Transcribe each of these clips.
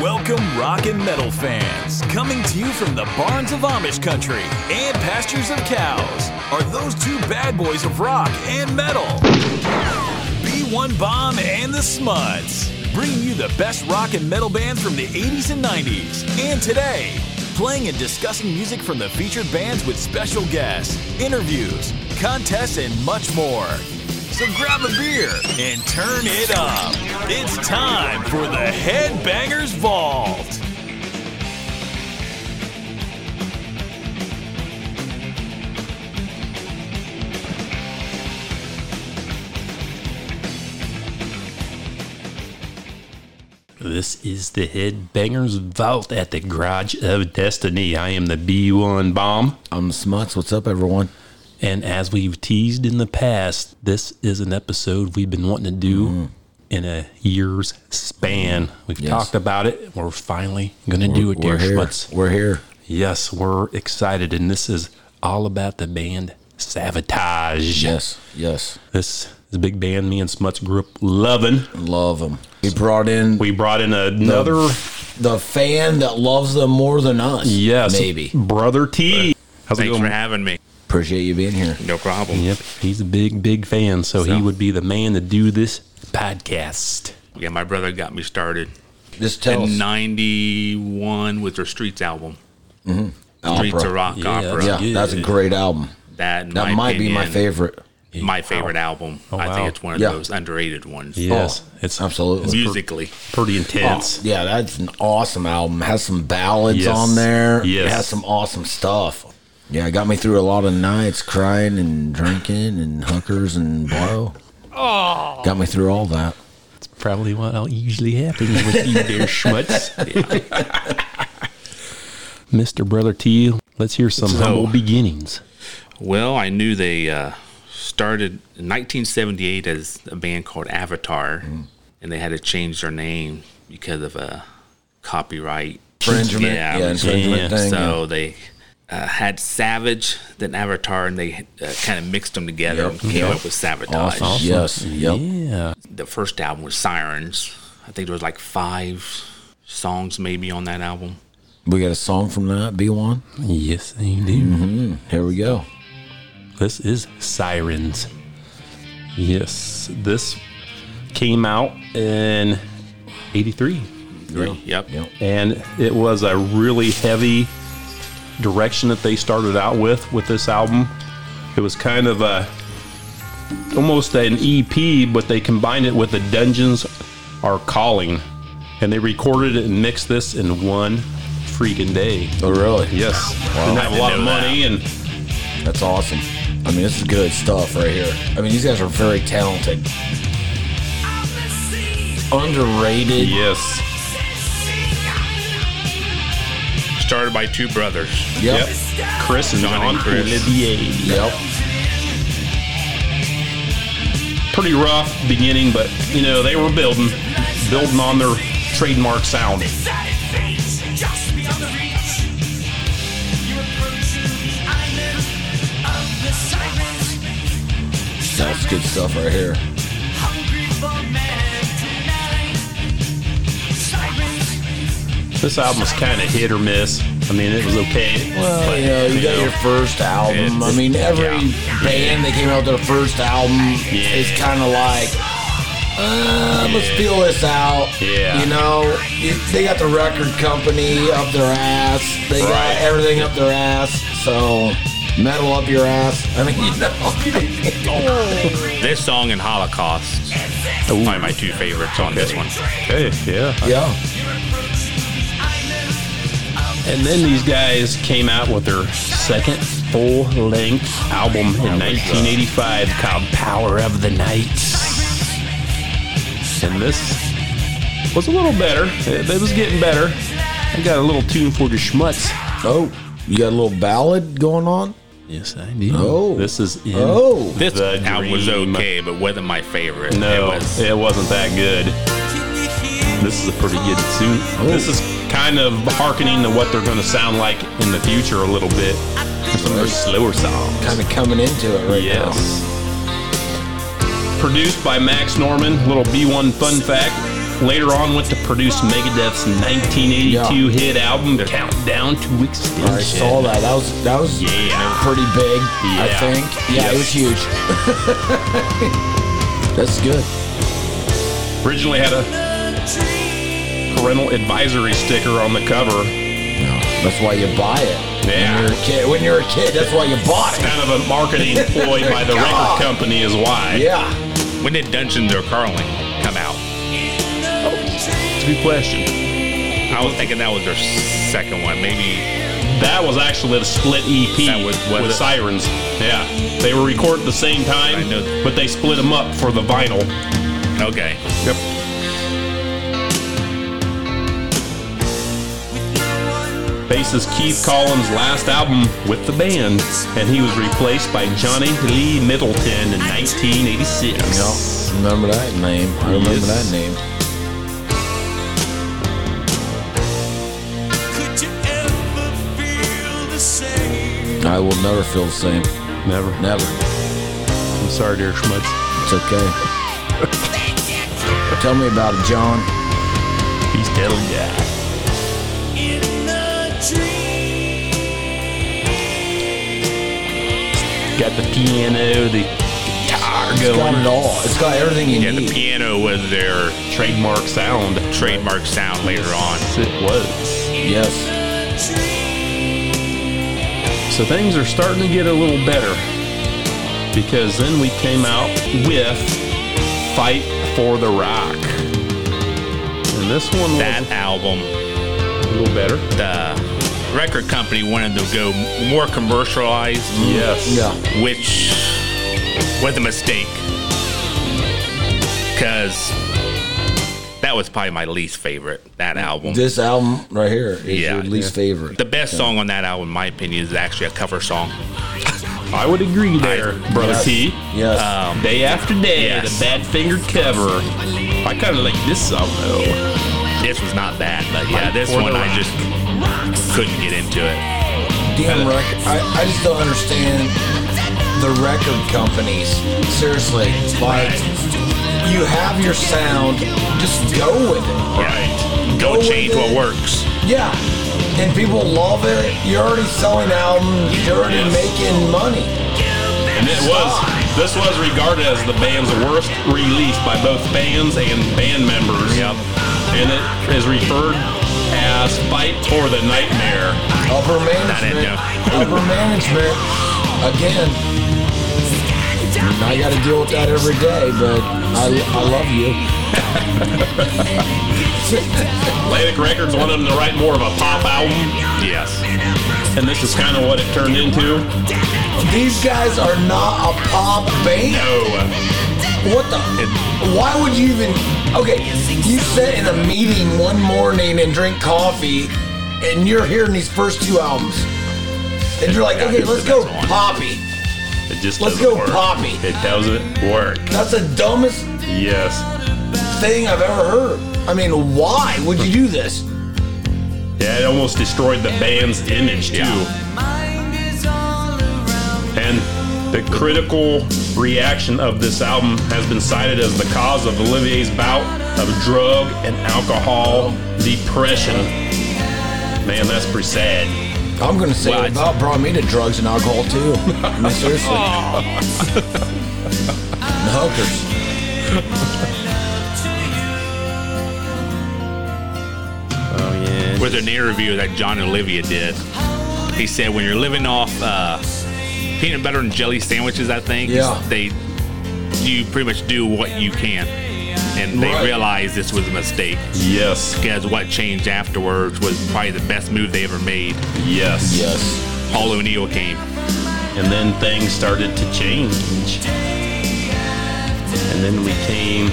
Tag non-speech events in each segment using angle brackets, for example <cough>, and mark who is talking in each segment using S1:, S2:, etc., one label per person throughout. S1: Welcome, rock and metal fans, coming to you from the barns of Amish country and pastures of cows. Are those two bad boys of rock and metal? B1 Bomb and the Smuds, bringing you the best rock and metal bands from the 80s and 90s, and today, playing and discussing music from the featured bands with special guests, interviews, contests, and much more. So grab a beer and turn it up. It's time for the Headbangers Vault.
S2: This is the Headbangers Vault at the Garage of Destiny. I am the B1 Bomb,
S3: I'm Smuts. What's up, everyone?
S2: and as we've teased in the past, this is an episode we've been wanting to do in a year's span. We've
S3: Mm-hmm. Yes.
S2: talked about it. We're finally going to do it, dear
S3: We're here.
S2: schmutz.
S3: We're here.
S2: Yes, we're excited, and this is all about the band Sabotage.
S3: Yes, yes.
S2: This is a big band me and Smuts grew up loving.
S3: Love them. We brought in
S2: We brought in another.
S3: the fan that loves them more than us.
S2: Yes,
S3: maybe.
S2: Brother T. How's
S4: Thanks for having me.
S3: Appreciate you being here.
S4: No problem.
S2: Yep, he's a big, big fan, so, he
S4: So-
S2: would be the man to do this podcast.
S4: Yeah, my brother got me started
S3: Just tell us.
S4: in '91 with their Streets album, Streets
S3: opera.
S4: of Rock
S2: Yeah,
S4: Opera.
S3: Yeah,
S2: Yeah.
S3: that's a great album.
S4: That, in
S3: That
S4: my
S3: might be my
S4: opinion,
S3: favorite.
S4: My favorite album.
S2: Oh,
S4: I
S2: wow.
S4: think it's one of
S3: Yeah.
S4: those underrated ones.
S2: Yes, it's
S3: Oh, Absolutely. Oh,
S4: Musically,
S2: pretty intense.
S3: Yeah, that's an awesome album. Has some ballads
S2: Yes.
S3: on there.
S2: Yes.
S3: It has some awesome stuff. Yeah, it got me through a lot of nights crying and drinking and hookers and blow. Oh. Got me through all that.
S2: It's probably what all usually happens
S3: <laughs>
S2: with you, dear schmutz. <laughs> Mr. Brother T, let's hear some
S4: So-
S2: humble beginnings.
S4: well, I knew they uh, started in 1978 as a band called Avatar,
S3: Mm.
S4: and they had to change their name because of a copyright
S3: infringement.
S4: Yeah,
S3: Yeah,
S4: yeah,
S3: infringement
S2: yeah.
S3: thing.
S4: So they uh, had Savage, then Avatar, and they uh, kind of mixed them together
S3: Yep.
S4: and came
S3: Yep.
S4: up with Sabotage.
S3: yeah. Awesome. uh, Yes. Yep.
S2: Yeah,
S4: The first album was Sirens. I think there was like five songs maybe on that album.
S3: We got a song from that, B1.
S2: yes, they do.
S3: Mm-hmm. Here we go.
S2: This is Sirens. Yes, this came out in 83.
S4: Three. Yep.
S3: Yep.
S2: and it was a really heavy direction that they started out with with this album. It was kind of a almost an EP, but they combined it with the Dungeons Are Calling, and they recorded it and mixed this in one freaking day.
S3: Oh, really?
S2: Yes, didn't have a lot of money, and
S3: That's awesome. I mean, this is good stuff right here. I mean, these guys are very talented. Underrated.
S2: yes,
S4: Started by two brothers.
S3: Yep.
S2: Chris and
S4: John
S2: John
S4: and Chris.
S2: Olivier.
S3: Yep.
S2: Pretty rough beginning, but you know they were building, building on their trademark sound.
S3: That's good stuff right here.
S2: This album was kind of hit or miss. I mean, it was okay.
S3: Well, you know, you got your first album. I mean, every
S2: yeah.
S3: band that came out with their first album is kind of like, uh, let's feel this out.
S2: Yeah.
S3: You know, you- they got the record company up their ass. They
S2: Right.
S3: got everything up their ass. So metal up your ass. <laughs> I mean, you know.
S4: This song and Holocaust. Probably my two favorites on this one.
S2: Hey, yeah.
S3: yeah.
S2: And then these guys came out with their second full length album in 1985 called Power of the Night. And this was a little better. It, it was getting better. I got a little tune for the schmutz.
S3: Oh, you got a little ballad going on?
S2: Yes, I do.
S3: Oh.
S2: This is in
S3: Oh.
S4: This
S2: The
S4: album was
S2: Dream.
S4: okay, but wasn't my favorite.
S2: No,
S4: It was-
S2: it wasn't that good. This is a pretty good suit.
S3: Oh.
S2: This is kind of harkening to what they're going to sound like in the future a little bit. Some of their slower songs.
S3: Kind of coming into it right
S2: Yes. Produced by Max Norman. Little B1 fun fact. Later on, went to produce Megadeth's 1982
S3: Yeah.
S2: hit album "Countdown to
S3: I
S2: Extinction."
S3: saw that. That was that was
S2: Yeah.
S3: pretty big. I
S2: Yeah.
S3: think. Yeah, it was huge. <laughs> That's good.
S2: Originally had a parental advisory sticker on the cover.
S3: No, that's why you buy it.
S2: Yeah.
S3: When you're a kid, when you're a kid, that's why you bought <laughs> it.
S2: Kind of a marketing ploy by the record company is why.
S3: Yeah.
S4: When did Dungeons or Carling come out?
S2: It's a good question.
S4: I was thinking that was their second one. Maybe
S2: That was actually a split EP
S4: That was- was
S2: with
S4: it?
S2: Sirens. Yeah, they were recorded at the same
S4: I
S2: time,
S4: know that.
S2: but they split them up for the vinyl.
S4: okay.
S2: Yep. Bassist Keith Collins' last album with the band, and he was replaced by Johnny Lee Middleton in 1986.
S3: No, remember that name? I remember
S2: Yes.
S3: that name.
S5: Could you ever feel the same?
S3: I will never feel the same.
S2: Never.
S3: Never.
S2: I'm sorry, dear Schmutz.
S3: It's okay. Tell me about it, John.
S2: He's dead old guy.
S5: In a dream.
S2: Got the piano, the guitar
S3: It's got
S2: going.
S3: it all. It's got everything you
S4: Yeah, the
S3: need.
S4: piano was their
S2: Trademark sound.
S4: trademark sound later on.
S2: It was.
S3: yes.
S2: So things are starting to get a little better because then we came out with Fight for the Rock. And this one was
S4: That album,
S2: a little better.
S4: the record company wanted to go more commercialized,
S2: Yes.
S3: Yeah.
S4: which was a mistake. Because that was probably my least favorite, that album.
S3: This album right here is
S4: Yeah,
S3: your least favorite.
S4: the best song on that album, in my opinion, is actually a cover song.
S2: I would agree there, Brother
S3: yes.
S2: T.
S3: Yes.
S4: Um,
S2: Day after day,
S4: Yes.
S2: the bad fingered cover. I kind of like this song though.
S4: This was not that, but
S2: Fight
S4: yeah, this
S2: for the
S4: one I
S2: rock.
S4: just couldn't get into it.
S3: Damn record. I, I just don't understand the record companies. Seriously. Like, you have your sound, just go with it.
S4: Right.
S3: Go
S4: Go
S3: with
S4: change what
S3: it.
S4: works.
S3: Yeah. And people love it. You're already selling albums, you're already
S2: Yes.
S3: making money.
S2: And it was this was regarded as the band's worst release by both fans and band members. Yep. And it is referred as Fight for the Nightmare.
S3: Upper
S4: it,
S3: management.
S4: no.
S3: upper management. Again, I got to deal with that every day, but I, I love you.
S2: Atlantic Records wanted them to write more of a pop album,
S4: Yes.
S2: and this is kind of what it turned into.
S3: These guys are not a pop band.
S2: No.
S3: What the? Why would you even? Okay, you sat in a meeting one morning and drink coffee, and you're hearing these first two albums, and you're like,
S4: Yeah,
S3: okay,
S4: this
S3: let's
S4: is
S3: go
S4: the best one.
S3: poppy.
S2: It just
S3: Let's
S2: doesn't
S3: go
S2: work.
S3: poppy.
S2: It doesn't work.
S3: That's the dumbest
S2: Yes.
S3: thing I've ever heard. I mean, why would you do this?
S2: Yeah, it almost destroyed the band's image too. And the critical reaction of this album has been cited as the cause of Olivier's bout of drug and alcohol depression. Man, that's pretty sad.
S3: I'm gonna say
S4: Well,
S3: it
S4: it's-
S3: about brought me to drugs and alcohol too. I mean,
S4: <laughs>
S3: seriously. And hookers.
S2: Oh yeah.
S4: with an interview that John Olivia did. He said when you're living off uh, peanut butter and jelly sandwiches, I think
S3: Yeah.
S4: they you pretty much do what you can, and they
S3: Right.
S4: realized this was a mistake
S2: Yes.
S4: because what changed afterwards was probably the best move they ever made.
S2: Yes.
S3: Yes.
S4: Paul O'Neill came.
S2: And then things started to change. And then we came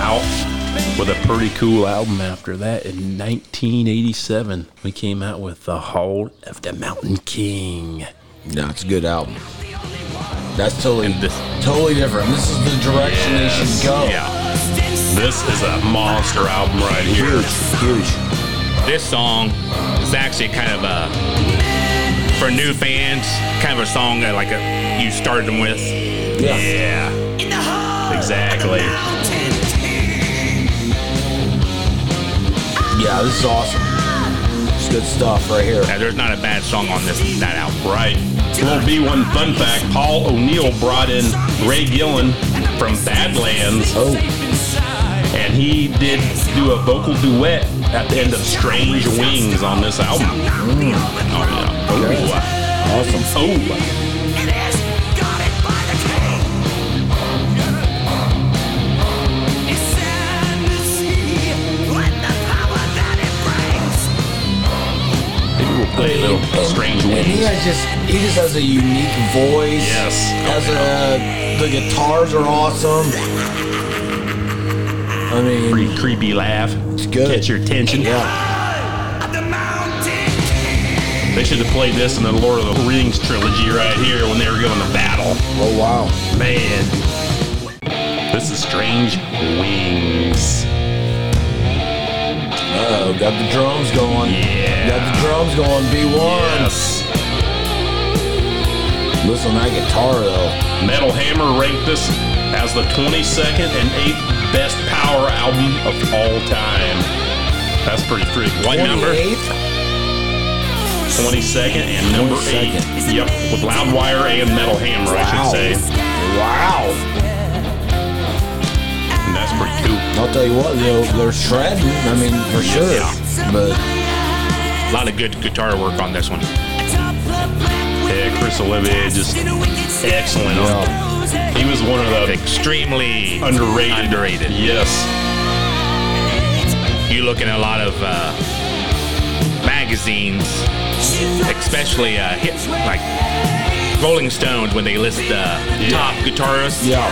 S2: out with a pretty cool album after that in 1987. We came out with The Hall of the Mountain King.
S3: No, it's a good album. That's totally
S4: And this-
S3: totally different. This is the direction they should go.
S4: Yeah,
S2: This is a monster album right here.
S3: Huge.
S4: this song is actually kind of a for new fans, kind of a song that like a, you started them with.
S3: Yeah.
S2: Yeah, exactly.
S6: Exactly.
S3: Yeah, this is awesome. It's good stuff right here.
S4: Yeah, there's not a bad song on this that album.
S5: Right. Little B one fun fact: Paul O'Neill brought in Ray Gillen from Badlands,
S3: Oh,
S5: and he did do a vocal duet at the end of "Strange Wings" on this album. Oh yeah.
S3: awesome.
S5: Oh. oh. Maybe we'll play a little "Strange
S3: And he
S5: Wings."
S3: has just he just has a unique voice.
S5: Yes.
S3: Has a the guitars are awesome. I mean,
S5: Pretty creepy laugh.
S3: it's good.
S5: Catch your attention.
S3: yeah.
S5: They should have played this in the Lord of the Rings trilogy right here when they were going to battle.
S3: Oh wow.
S5: Man. This is Strange Wings.
S3: Uh oh, got the drums going.
S5: Yeah.
S3: Got the drums going. B one.
S5: Yes.
S3: Listen to that guitar though.
S5: Metal Hammer ranked this as the 22nd and 8th best power album of all time. That's pretty freak. White number
S3: 28th?
S5: 22nd and number
S3: 22nd.
S5: 8. Yep, with Loudwire and Metal Hammer, I
S3: Wow.
S5: should say.
S3: Wow.
S5: And that's pretty cool.
S3: I'll tell you what, though, they're shredding. I mean, for sure. But
S4: A lot of good guitar work on this one.
S5: Yeah, Chris Olivier just excellent. He was one of the
S4: Extremely
S5: underrated.
S4: Underrated.
S5: Yes.
S4: You look in a lot of uh, magazines, especially uh, hit like Rolling Stones when they list the top guitarists.
S3: yeah,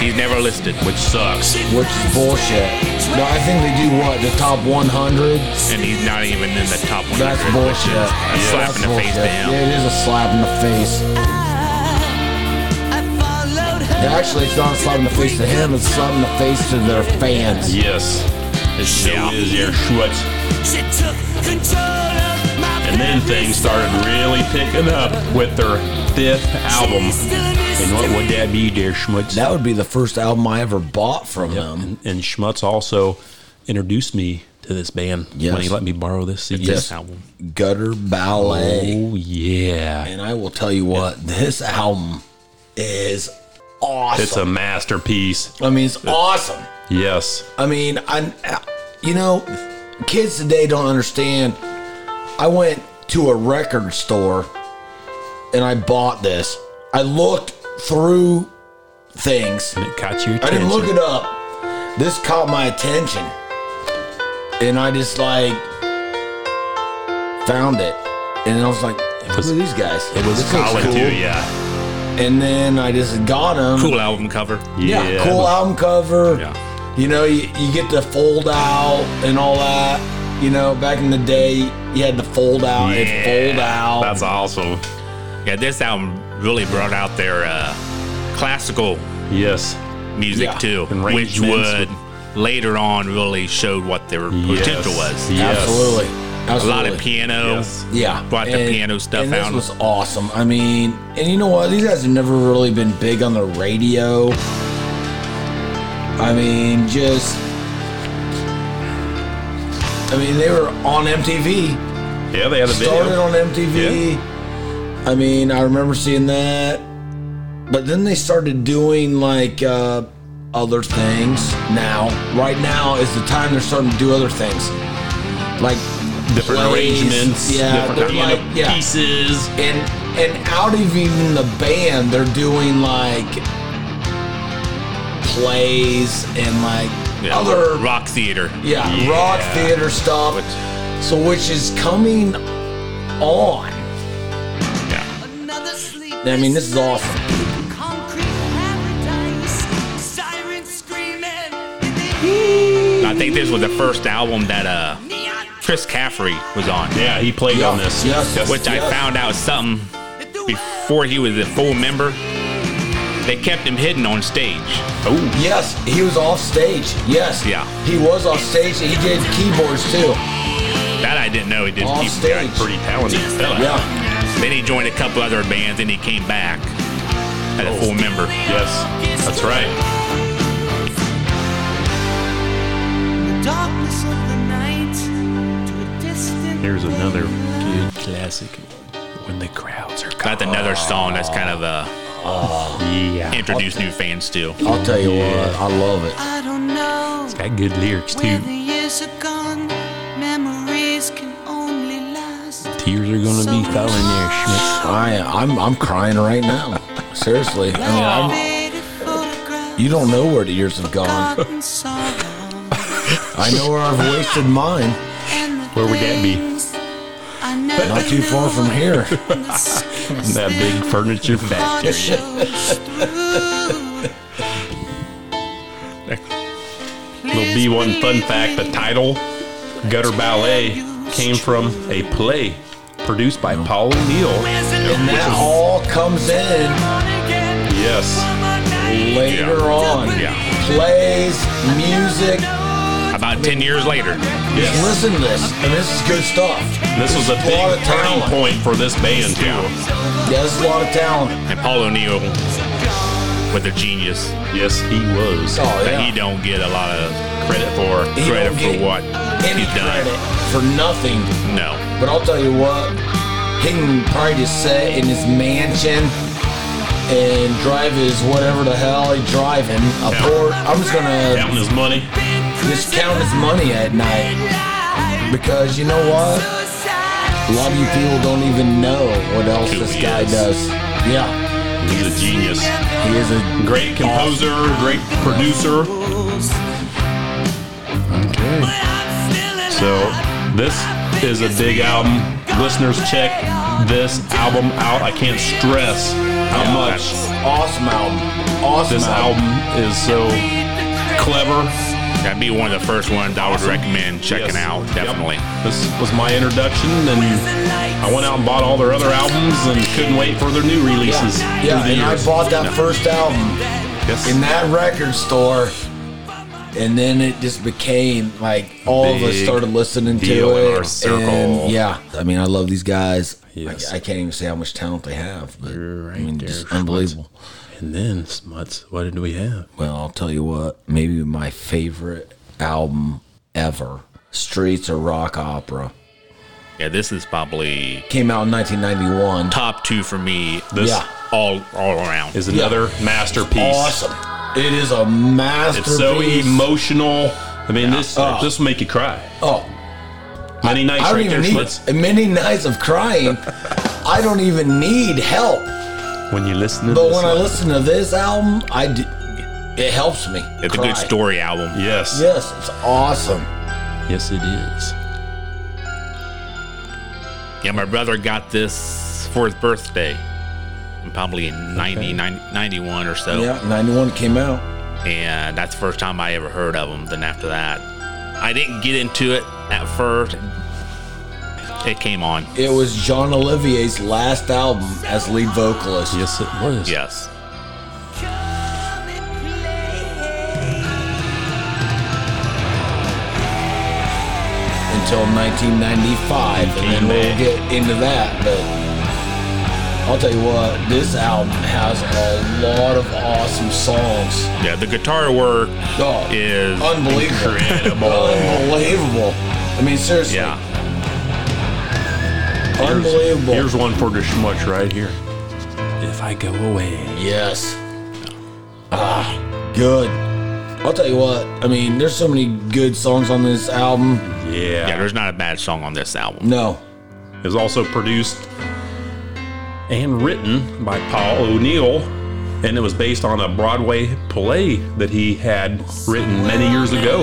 S4: He's never listed, which sucks.
S3: which is bullshit. No, I think they do what the top 100.
S4: And he's not even in the top 100.
S3: That's
S4: which is
S3: bullshit.
S4: A
S3: Yeah,
S4: slap
S3: that's
S4: in the face to
S3: bullshit.
S4: him.
S3: Yeah, it is a slap in the face. And actually, it's not a slap in the face to him. It's a slap in the face to their fans.
S5: Yes. It sure
S4: Yeah.
S5: is, yeah, Schwartz. And then things started really picking up with their fifth album. And what would that be, dear Schmutz?
S3: That would be the first album I ever bought from them.
S5: and, and Schmutz also introduced me to this band
S3: Yes.
S5: when he let me borrow this CD.
S3: Yes.
S4: album.
S3: Gutter Ballet.
S5: Oh, yeah.
S3: And I will tell you what, this album is
S5: It's a
S3: awesome.
S5: masterpiece.
S3: I mean, it's awesome.
S5: Yes.
S3: I mean, I, you know, kids today don't understand. I went to a record store and I bought this. I looked through things.
S5: And it caught your attention.
S3: I didn't look it up. This caught my attention, and I just like found it, and I was like, "Who
S5: was-
S3: are these guys?"
S5: It was
S3: This looks
S5: solid,
S3: cool.
S5: too, yeah.
S3: And then I just got them.
S4: uh, Cool album cover.
S3: Yeah,
S5: it
S3: cool
S5: was-
S3: album cover.
S4: Yeah.
S3: You know, you, you get the fold out and all that. You know, back in the day, you had the fold out, it's
S4: Yeah,
S3: fold out.
S5: That's awesome.
S4: Yeah, this album really brought out their uh, classical
S5: Yes.
S4: music
S3: Yeah.
S4: too,
S5: Arrangements
S4: which would later on really showed what their
S5: Yes.
S4: potential was.
S5: Yes.
S3: Absolutely.
S4: A
S3: Absolutely.
S4: lot of piano.
S5: Yes.
S3: Yeah.
S4: Brought the piano stuff
S3: and
S4: out.
S3: This was awesome. I mean, and you know what? These guys have never really been big on the radio. I mean, just. I mean, they were on MTV.
S5: Yeah, they had a video.
S3: started on MTV. I mean, I remember seeing that. But then they started doing like uh, other things now. Right now is the time they're starting to do other things. Like
S5: different
S3: plays.
S5: arrangements,
S3: Yeah, they're
S5: different piano
S3: like yeah.
S5: pieces.
S3: And and out of even the band, they're doing like plays and like
S4: Yeah,
S3: other
S4: rock theater.
S3: yeah,
S5: Yeah.
S3: rock theater stuff. so which is coming on.
S4: Yeah.
S7: I mean, this is awesome.
S4: I think this was the first album that uh, Chris Caffrey was on,
S5: Yeah, he played
S3: Yeah,
S5: on this.
S3: yes, yes.
S4: which I found out something before he was a full member. They kept him hidden on stage.
S5: Oh,
S3: Yes, he was off stage. Yes.
S4: Yeah.
S3: He was off stage and he did keyboards too.
S4: That I didn't know. He did
S3: Off
S4: keep
S3: stage.
S4: got pretty talented fella.
S3: Yeah.
S4: Then he joined a couple other bands, and he came back as a full member.
S5: Oh. yes. That's right.
S7: darkness of the night.
S8: Here's another good classic. When the crowds are
S4: That's another song that's kind of uh,
S8: yeah,
S4: introduced new fans to.
S3: I'll tell you what, I love it.
S5: I don't know
S8: got good lyrics
S5: where
S8: too.
S5: the years are gone. Memories can only last.
S8: Tears are gonna be falling there, Schmidt.
S3: I I'm I'm crying right now. Seriously, I mean, I'm,
S5: Faded photographs,
S3: you don't know where the years have gone.
S5: forgotten sorrow,
S3: I know where I've wasted mine.
S5: and the
S8: Where would that be?
S5: things I never
S3: Not too far
S5: knew
S3: from here.
S5: <laughs> and the sickness
S8: <laughs> That big furniture
S5: that
S8: factory.
S5: shows through.
S8: <laughs> Little B1 fun fact: the title "Gutter Ballet" came from a play produced by Paul O'Neill.
S3: And that all comes in
S8: Yes,
S3: later
S4: Yeah.
S3: on.
S4: Yeah.
S3: Plays, music.
S4: About 10 years later.
S3: Just
S8: yes.
S3: listen to this. And this is good stuff.
S8: This was a
S3: There's lot
S8: big
S3: of
S8: turning
S3: talent.
S8: point for this band too.
S3: Yeah, this is a lot of talent.
S4: And Paul O'Neill with a genius
S8: Yes, he was.
S3: Oh,
S4: that he
S3: yeah.
S4: don't get a lot of credit for.
S3: He
S4: credit
S3: don't
S4: for
S3: get
S4: what
S3: Any
S4: he's done.
S3: credit for nothing.
S4: No.
S3: But I'll tell you what, he can probably just sit in his mansion and drive his whatever the hell he's driving. A Porsche. I'm just gonna
S8: Counting his money.
S3: just count his money at night because you know what? A lot of you people don't even know what else
S4: Who
S3: this
S4: he
S3: guy
S4: is.
S3: does. Yeah,
S8: He's a genius.
S3: he is a
S8: Great composer, great producer. So this is a big album. Listeners, check this album out. I can't stress how much
S3: awesome album. Awesome
S8: this
S3: album.
S8: album is so clever.
S4: That'd be one of the first ones I would recommend checking
S8: Yes.
S4: out, definitely.
S8: Yep. This was my introduction, and I went out and bought all their other albums, and couldn't wait for their new releases.
S3: Yeah, yeah
S8: through the
S3: and I
S8: years.
S3: bought that first album.
S8: Yes.
S3: in that record store. And then it just became like all of us
S8: Big
S3: started listening to
S8: deal in
S3: it.
S8: our circle.
S3: and yeah, I mean, I love these guys.
S8: Yes.
S3: I, I can't even say how much talent they have, but I mean,
S8: there,
S3: just
S8: Schmutz.
S3: unbelievable.
S8: And then Smuts, what did we have?
S3: Well, I'll tell you what, maybe my favorite album ever, Streets of Rock Opera,
S4: Yeah, this is probably
S3: came out in 1991.
S4: top two for me
S8: This
S3: Yeah.
S4: all all around.
S8: is another masterpiece.
S3: Awesome. It is a masterpiece.
S8: It's so emotional. I mean, this
S3: Oh.
S8: this will make you cry.
S3: Oh,
S8: Many
S3: I
S8: nights
S3: don't
S8: right there,
S3: even
S8: Schmutz.
S3: need many nights of crying. I don't even need help.
S8: When you listen to
S3: But
S8: this,
S3: when I
S8: one.
S3: listen to this album, I d- it helps me.
S4: It's
S3: cry.
S4: a good story album.
S8: yes,
S3: Yes, it's awesome.
S8: yes, it is.
S4: Yeah, my brother got this for his birthday, probably in 90, 90 91 or so.
S3: Yeah, 91 came out.
S4: And that's the first time I ever heard of him. Then after that, I didn't get into it at first. It came on.
S3: It was John Olivier's last album as lead vocalist.
S8: Yes, it was.
S4: Yes.
S3: Until 1995, and then we'll get into that. But I'll tell you what, this album has a lot of awesome songs.
S4: Yeah, the guitar work
S3: Oh,
S4: is
S3: unbelievable, <laughs> unbelievable. I mean, seriously,
S4: Yeah.
S8: Here's-
S3: unbelievable.
S8: Here's one for the schmutz right here. If I go away,
S3: Yes. Ah, good. I'll tell you what. I mean, there's so many good songs on this album.
S4: Yeah,
S8: yeah.
S4: there's not a bad song on this album.
S3: No,
S8: It was also produced and written by Paul O'Neill, and it was based on a Broadway play that he had written many years ago.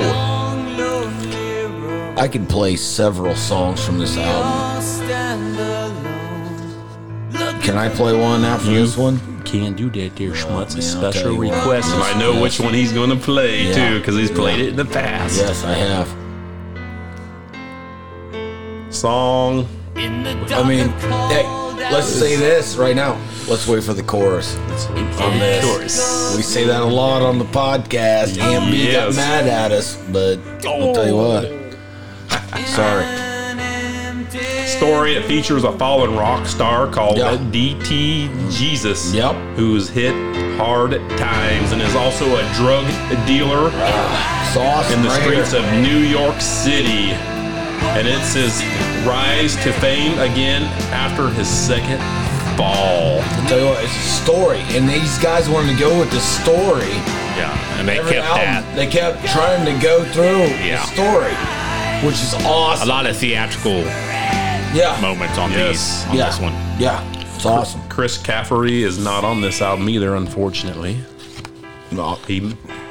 S3: I could play several songs from this album. Can I play one after
S8: You-
S3: this one?
S8: Can't do that, dear schmutz. A
S3: I'll tell
S8: special
S3: you what.
S8: request, and I know which one he's going to play too,
S3: Yeah.
S8: 'cause too, because he's played it in the past.
S3: Yes, I have.
S8: Song.
S3: I mean, hey, let's say this right now. Let's wait for the chorus.
S8: On the chorus.
S3: We say that a lot on the podcast. And B got
S8: Yes.
S3: mad at us, but I'll tell you what. Sorry.
S8: story. It features a fallen rock star called
S3: Yeah.
S8: DT Jesus,
S3: Yep.
S8: who's hit hard at times and is also a drug dealer
S3: Sauce
S8: in the
S3: right
S8: streets
S3: here.
S8: of New York City. and it's his rise to fame again after his second fall.
S3: I'll tell you what, it's a story, and these guys wanted to go with the story.
S4: Yeah, and they
S3: Every
S4: kept
S3: album,
S4: that.
S3: they kept trying to go through
S4: Yeah.
S3: the story, which is
S4: A
S3: awesome.
S4: lot of theatrical
S3: Yeah,
S4: moments on
S8: Yes.
S4: these on
S3: yeah,
S4: this one.
S3: yeah, it's awesome.
S8: Chris Caffery is not on this album either, unfortunately.
S3: No,
S8: He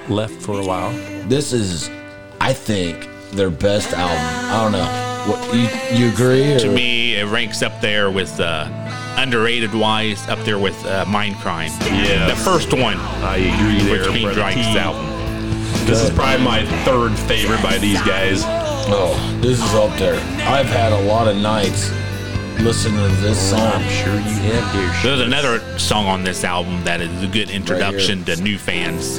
S8: left for a while.
S3: this is, I think, their best album. I don't know. What you you agree? Or?
S4: To me, it ranks up there with uh, underrated wise, up there with uh, Mind Crime.
S8: Yes.
S4: the first one,
S8: I agree
S4: which
S8: there,
S4: Pete
S8: Brother
S4: Dykes
S8: T.
S4: album.
S8: This is probably my third favorite by these guys.
S3: oh, this is up there. I've had a lot of nights listening to this song.
S8: sure you have, dear.
S4: There's another song on this album that is a good introduction to new fans.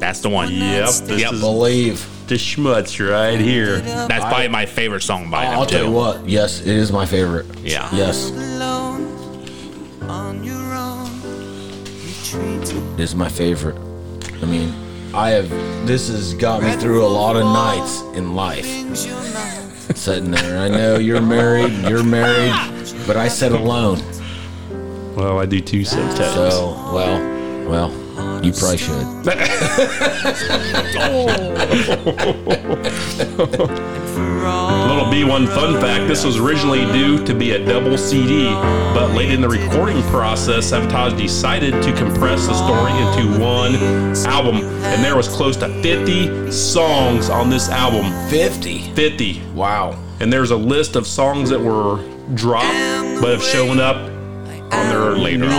S4: That's the one.
S8: Yep, this
S4: Yep.
S8: is
S3: Believe.
S8: the schmutz right here.
S4: That's probably my favorite song by them
S3: I'll
S4: too.
S3: tell you what. Yes, it is my favorite.
S4: Yeah.
S3: Yes,
S5: alone on your own. You treated
S3: it is my favorite. I mean, I have. This has got me through a lot of nights in life.
S5: things you're not.
S3: sitting there. I know you're married, you're married, but I said alone.
S8: Well, I do too sometimes.
S3: So, well, well, you probably should.
S8: Little B1 fun fact this was originally due to be a double CD, but late in the recording process, Sabotage decided to compress the story into one album, and there was close to 50 songs on this album.
S3: 50.
S8: 50.
S3: Wow.
S8: And there's a list of songs that were dropped but have shown up on their later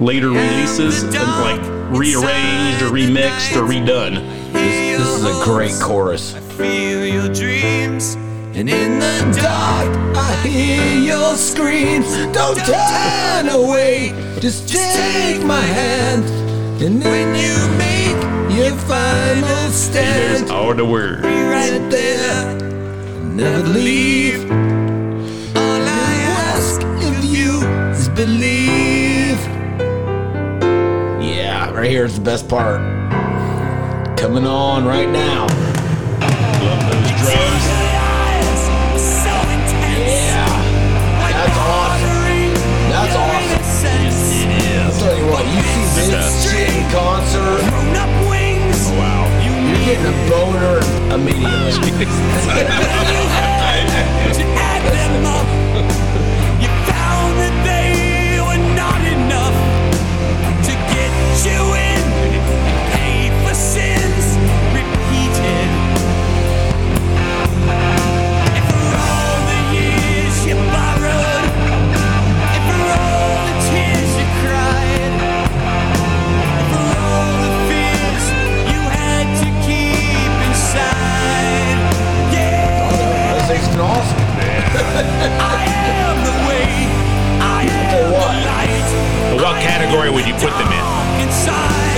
S8: later releases and like rearranged or remixed or redone.
S3: This, this is a great chorus.
S5: Feel your dreams, and in the dark,
S3: I hear your screams. Don't turn away. Just take my hand. And when you make your final
S8: There's
S3: stand,
S8: all the words.
S3: right there. Never leave.
S5: all I ask of you
S3: is believe. Yeah, right here is the best part. Coming on right now.
S8: Love those drums.
S3: Yeah. That's awesome. That's awesome. I'll tell you what, you see this shit in concert, you're getting a boner immediately.
S8: <laughs>
S5: Inside, yeah.
S3: This thing's been awesome. Tell you what,
S4: What category would you put them in?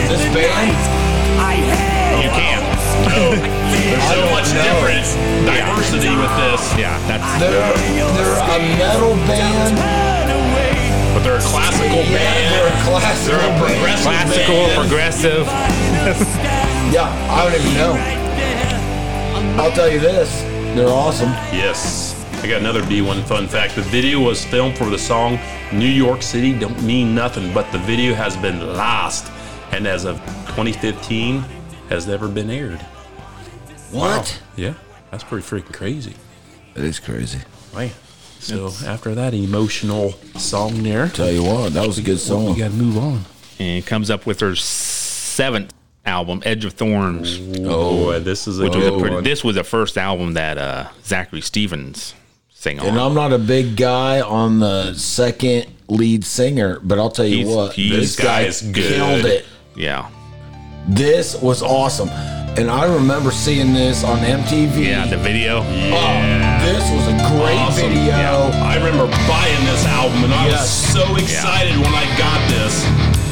S3: this band,
S4: You can't.
S8: There's so much
S3: know.
S8: different diversity with this,
S4: Yeah, that's
S3: they're, they're a metal band.
S8: but they're a classical
S3: They're a
S8: band.
S3: classical
S8: They're a
S3: band.
S8: progressive
S4: classical,
S8: band.
S4: progressive.
S3: Yeah, I don't even know. I'll tell you this, they're awesome.
S8: Yes. I got another B1 fun fact. The video was filmed for the song New York City Don't Mean Nothing, but the video has been lost and as of 2015 has never been aired.
S3: What?
S8: Yeah. That's pretty freaking crazy.
S3: That is crazy.
S8: Man. So after that emotional song there,
S3: Tell you what, that was a good
S8: we
S3: song.
S8: got to move on.
S4: And comes up with her seventh album, Edge of Thorns.
S8: Oh, this is a
S4: Which was a
S8: good
S4: pretty,
S8: one.
S4: this was the first album that uh, Zachary Stevens sang on.
S3: And I'm not a big guy on the second lead singer, but I'll tell you
S4: He's-
S3: what,
S4: he's-
S8: This guy is
S3: killed
S8: good.
S3: it.
S4: yeah,
S3: This was awesome. And I remember seeing this on MTV.
S4: yeah, the video.
S3: Oh, this was a great
S8: Awesome.
S3: video.
S8: Yeah. I remember buying this album and I
S3: Yes.
S8: was so excited when I got this.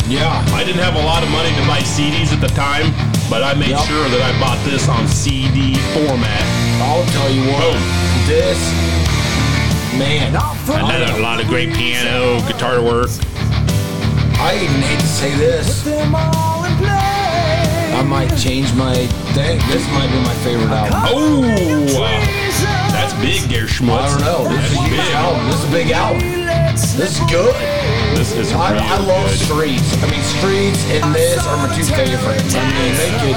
S3: Yeah.
S8: I didn't have a lot of money to buy CDs at the time, but I made
S3: Yep.
S8: sure that I bought this on CD format.
S3: I'll tell you what,
S8: Boom.
S3: this, man,
S4: Another a lot of great piano, guitar work.
S3: I even hate to say this. I might change my thing. This might be my favorite album.
S8: Oh, big, Gary
S3: I
S8: Schmutz.
S3: don't know. This is a huge album. This is a big album. This is good.
S8: This is
S3: I,
S8: really
S3: I love
S8: good.
S3: Streets. I mean, Streets and this are my two favorites. I mean, they could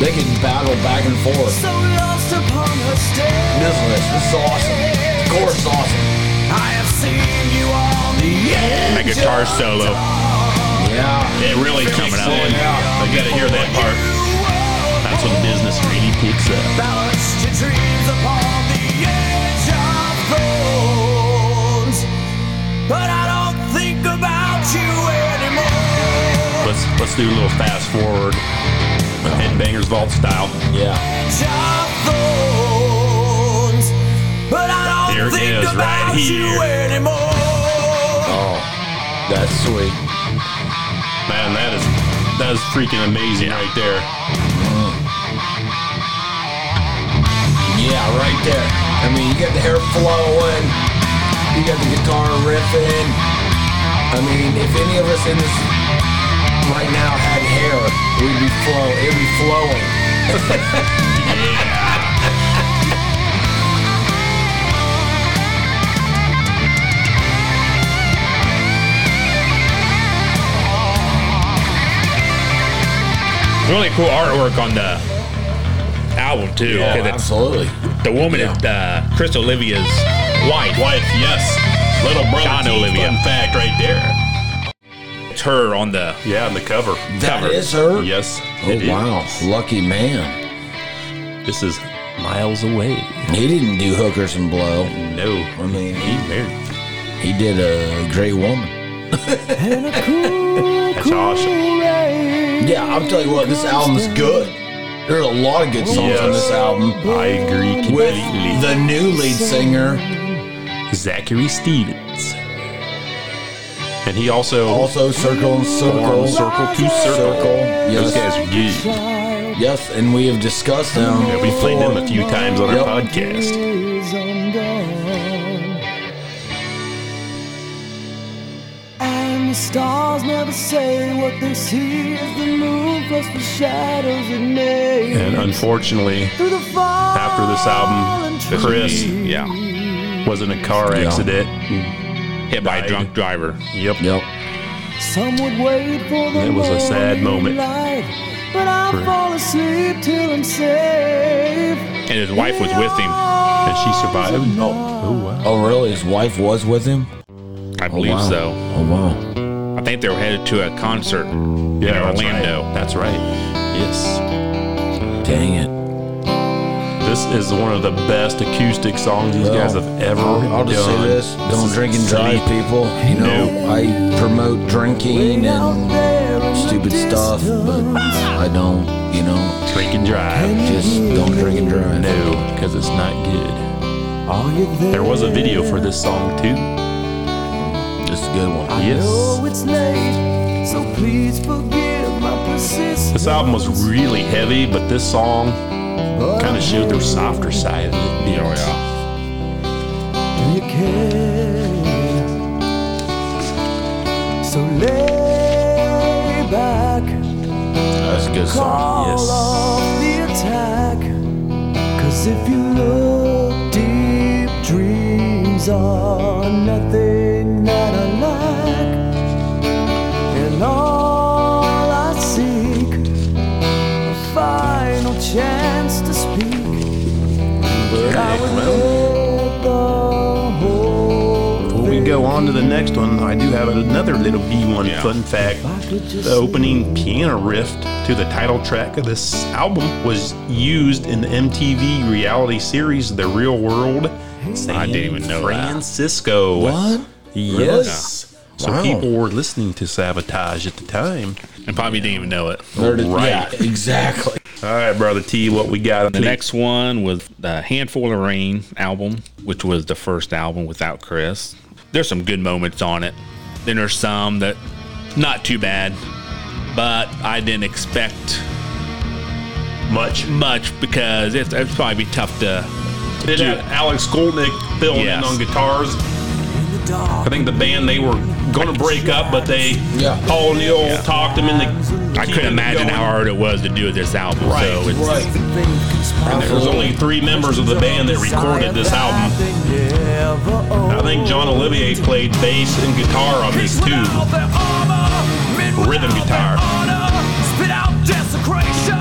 S3: they could battle back and forth.
S5: So lost upon her stage.
S3: Business. This is awesome. The chorus is awesome.
S5: I have seen you on the edge.
S4: That guitar solo.
S3: Yeah.
S8: It really coming
S4: out.
S8: I gotta hear that part. That's when business really picks up.
S5: Balanced your dreams upon the edge of thorns. But I don't think about you anymore.
S8: Let's let's do a little fast forward, headbangers vault style.
S3: Yeah.
S5: Edge of thorns. But I
S8: There
S5: don't think
S8: it is, right
S5: about you
S8: here.
S5: anymore.
S3: Oh, that's sweet.
S8: Man, that is that is freaking amazing right there.
S3: Yeah, right there. I mean, you got the hair flowing. You got the guitar riffing. I mean, if any of us in this right now had hair, we'd be flow. It'd be flowing.
S4: Really cool artwork on the album too.
S3: Oh,
S4: 'cause it's-
S3: absolutely.
S4: the woman is uh, Chris Olivia's wife.
S8: Wife, yes. Little brother.
S4: John
S8: Keith,
S4: Olivia.
S8: Fun fact right there.
S4: It's her on the
S8: Yeah, on the cover.
S3: That
S4: cover.
S3: is her.
S8: Yes. it
S3: Oh
S8: is.
S3: wow, lucky man.
S8: This is miles away.
S3: He didn't do hookers and blow.
S8: No.
S3: I mean,
S8: He
S3: he,
S8: married.
S3: he did a great woman.
S8: That's awesome.
S3: Yeah, I'll tell you what, this album is good. There's a lot of good songs on
S8: Yes.
S3: this album.
S8: I agree
S3: With
S8: completely.
S3: the new lead singer,
S8: Zachary Stevens. And he also
S3: also Circle and Circle.
S8: formed Circle to Circle.
S3: Circle.
S8: Those guys
S3: Yes.
S8: are good.
S3: Yes, and we have discussed them.
S8: Yeah, we played them a few times on our
S3: Yep.
S8: podcast.
S5: And the stars never say what they see as the moon plus the shadows it makes.
S8: And unfortunately,
S5: Through the fall
S8: after this album, Chris
S4: Yeah.
S8: was in a car
S3: Yeah.
S8: accident.
S4: Hit by
S8: Died.
S4: a drunk driver.
S8: Yep.
S3: Yep.
S5: some would wait for the
S8: It was a sad
S5: morning
S8: moment.
S5: light, but I
S8: For-
S5: fall asleep till I'm safe.
S4: And his wife was with him.
S8: And she survived. Oh, oh wow.
S3: Oh, really? His wife was with him?
S4: I
S3: Oh,
S4: believe
S3: wow.
S4: so.
S3: Oh, wow.
S4: I think they were headed to a concert.
S8: Yeah,
S4: in
S8: that's
S4: Orlando.
S8: Right. That's right. Yes.
S3: Dang it.
S8: This is one of the best acoustic songs these
S3: Well,
S8: guys have ever
S3: I'll just
S8: done.
S3: say this don't
S8: is
S3: drink and drive,
S8: sleep.
S3: people. You know, I promote drinking and stupid stuff, but I don't, you know,
S8: Drink and drive.
S3: just don't drink and drive.
S8: No, because it's not good. There was a video for this song too.
S3: It's a good one.
S8: Yes.
S5: It's late, so please forgive my persistence.
S8: This album was really heavy, but this song kind of showed their softer side of it.
S4: Oh, yeah.
S5: You care. So lay back,
S3: That's a good song.
S5: call off the attack. Cause if you look deep, dreams are nothing that I lack. And all I seek, a final chance to speak. I would let the whole
S8: Before we go on to the next one, I do have another little B1 fun fact. The opening piano riff to the title track of this album was used in the MTV reality series The Real World. San
S4: didn't even know that.
S8: Francisco.
S3: What?
S8: Yes. So
S3: Wow.
S8: people were listening to Sabotage at the time.
S4: And probably didn't even know it.
S3: There it is.
S8: Right.
S3: Yeah, exactly.
S8: All right, brother T, what we got?
S4: The next one was the Handful of Rain album, which was the first album without Chris. There's some good moments on it. Then there's some that not too bad, but I didn't expect
S8: much.
S4: much because it's, it's probably be tough to.
S8: It had Alex Skolnick filling
S4: Yes.
S8: in on guitars. I think the band they were going to break up, but they
S3: Yeah.
S8: Paul Neal talked them into.
S4: I couldn't imagine how hard it was to do this album.
S8: Right,
S4: so it's,
S3: Right.
S8: There's only three members of the band that recorded this album. I think John Olivier played bass and guitar on these two. Rhythm guitar.
S5: Spit out desecration,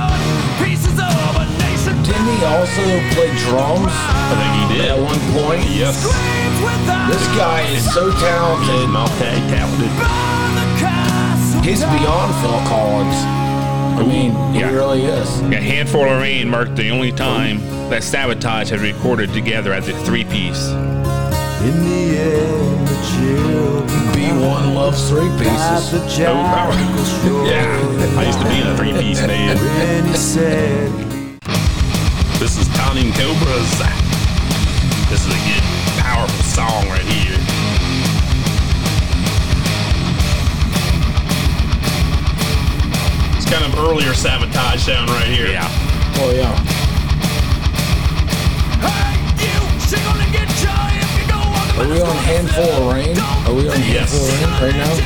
S5: pieces of a nation.
S3: Didn't he also play drums
S8: I think he
S3: at
S8: did.
S3: one point?
S8: Yes.
S5: Screams without
S3: This guy is so talented.
S8: Multi-talented.
S5: the castle.
S3: He's beyond Phil Collins. I mean,
S4: yeah.
S3: he really is.
S4: Yeah, Handful of Rain marked the only time that Sabotage had recorded together as a three piece.
S5: In the end, the children
S3: B1 loves three
S5: at the
S3: pieces.
S5: jungle shore.
S8: Oh, <laughs> Yeah, I used to be in a
S5: <laughs>
S8: three-piece band.
S5: And he said,
S8: This is Counting Cobras. This is a good, powerful song right here. It's kind of earlier sabotage sound right here.
S4: Yeah.
S3: Oh yeah.
S5: Hey, you, she gonna get you if you go on the
S3: Are we on handful of rain? Are we on
S8: Yes.
S3: handful of rain right now?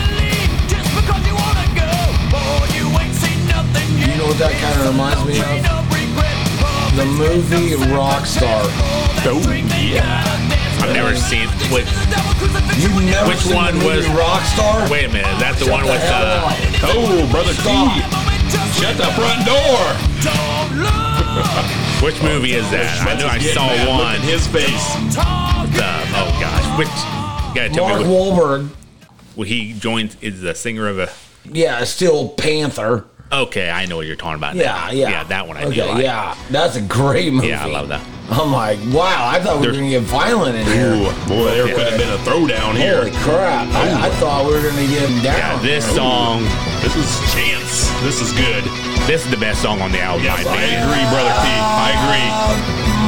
S5: Just because you wanna go, oh, you ain't seen nothing yet.
S3: You know what that kinda reminds me of?
S5: of?
S3: The movie Rockstar.
S8: Oh, yeah.
S4: I've never seen which
S3: You never
S4: Which
S3: seen
S4: one
S3: the movie
S4: was-
S3: Rockstar?
S4: wait a minute, is that the one
S3: the
S4: with
S3: hell
S4: uh,
S3: up.
S8: Oh, brother T, shut the front door.
S4: which movie is that? I know I
S8: Get
S4: saw
S8: mad, Look
S4: one.
S8: at his face.
S4: the- oh gosh, which you gotta tell
S3: Mark
S4: me what,
S3: Wahlberg,
S4: what he joined is the singer of a
S3: yeah, still Panther.
S4: Okay, I know what you're talking about.
S3: Yeah,
S4: now.
S3: yeah.
S4: Yeah, that one I
S3: okay,
S4: do like.
S3: Yeah, that's a great movie.
S4: Yeah, I love that.
S3: I'm like, wow, I thought we were
S4: There's-
S3: gonna get violent in here.
S8: Ooh, boy, there could have been a throwdown
S3: Holy
S8: here.
S3: crap. I, I thought we were gonna get him down.
S4: Yeah, this song,
S8: This is chance. This is good.
S4: this is the best song on the album.
S8: Yes,
S4: I
S8: I
S4: think.
S8: agree, brother T. I agree.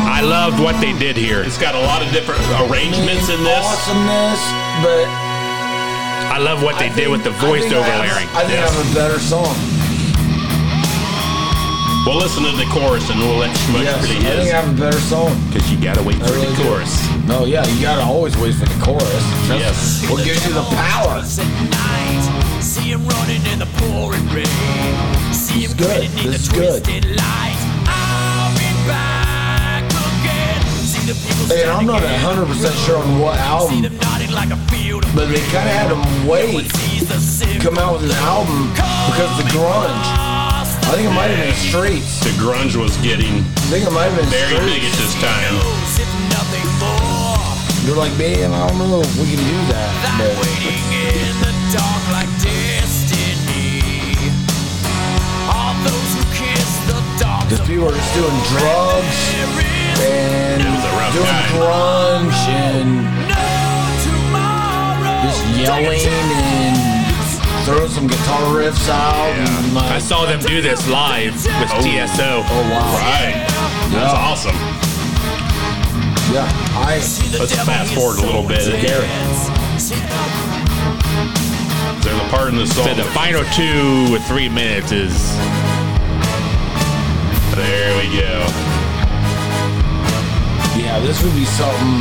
S4: I loved what they did here.
S8: It's got a lot of different arrangements in this.
S3: Awesomeness, but
S4: I love what they
S3: I
S4: did with the
S3: think- I
S4: voice
S3: think I
S4: over
S3: have-
S4: layering.
S3: I think I have a better song.
S8: We'll listen to the chorus and we'll let you know
S3: Yes,
S8: what
S3: I think
S8: it
S3: I
S8: is.
S3: have a better song.
S8: Because you gotta wait
S3: I
S8: for
S3: really do.
S8: the chorus.
S3: No, yeah, you gotta always wait for the chorus. That's
S8: Yes.
S3: what gives you the power.
S5: See him running in the pouring rain. See
S3: This is
S5: him
S3: good.
S5: grinning in
S3: This
S5: the
S3: is good.
S5: twisted lights. I'll be back again. See the people
S3: And I'm not
S5: standing in
S3: 100% sure on what
S5: See
S3: album,
S5: them nodding like a field of
S3: but they kind of had to
S5: one
S3: wait
S5: sees the sick
S3: come out with an album because the grunge.
S5: lost.
S3: I think it might have been Streets.
S8: The grunge was getting
S3: I think it might have been
S8: very big
S3: Streets.
S8: at this time.
S5: knows if nothing more
S3: They're like, man, I don't know if we can do that.
S5: than
S3: But
S5: waiting in the dark like destiny. All those who kiss the dogs
S3: Because
S5: of
S3: people are just doing drugs
S5: there
S3: and
S5: is
S8: was a rough
S3: doing
S8: time.
S3: grunge and
S5: no tomorrow.
S3: just
S5: Take a
S3: yelling and
S5: chance.
S3: throwing some guitar riffs out. And like,
S4: I saw them do this live with TSO.
S3: Oh wow!
S8: Right. That's awesome.
S3: Yeah, I
S5: See the
S8: Let's
S5: devil
S8: fast
S5: is
S8: forward a little
S5: so
S8: bit.
S5: intense. See the
S8: There's a part in the song.
S4: So the final two or three minutes is
S8: There we go.
S3: yeah, this would be something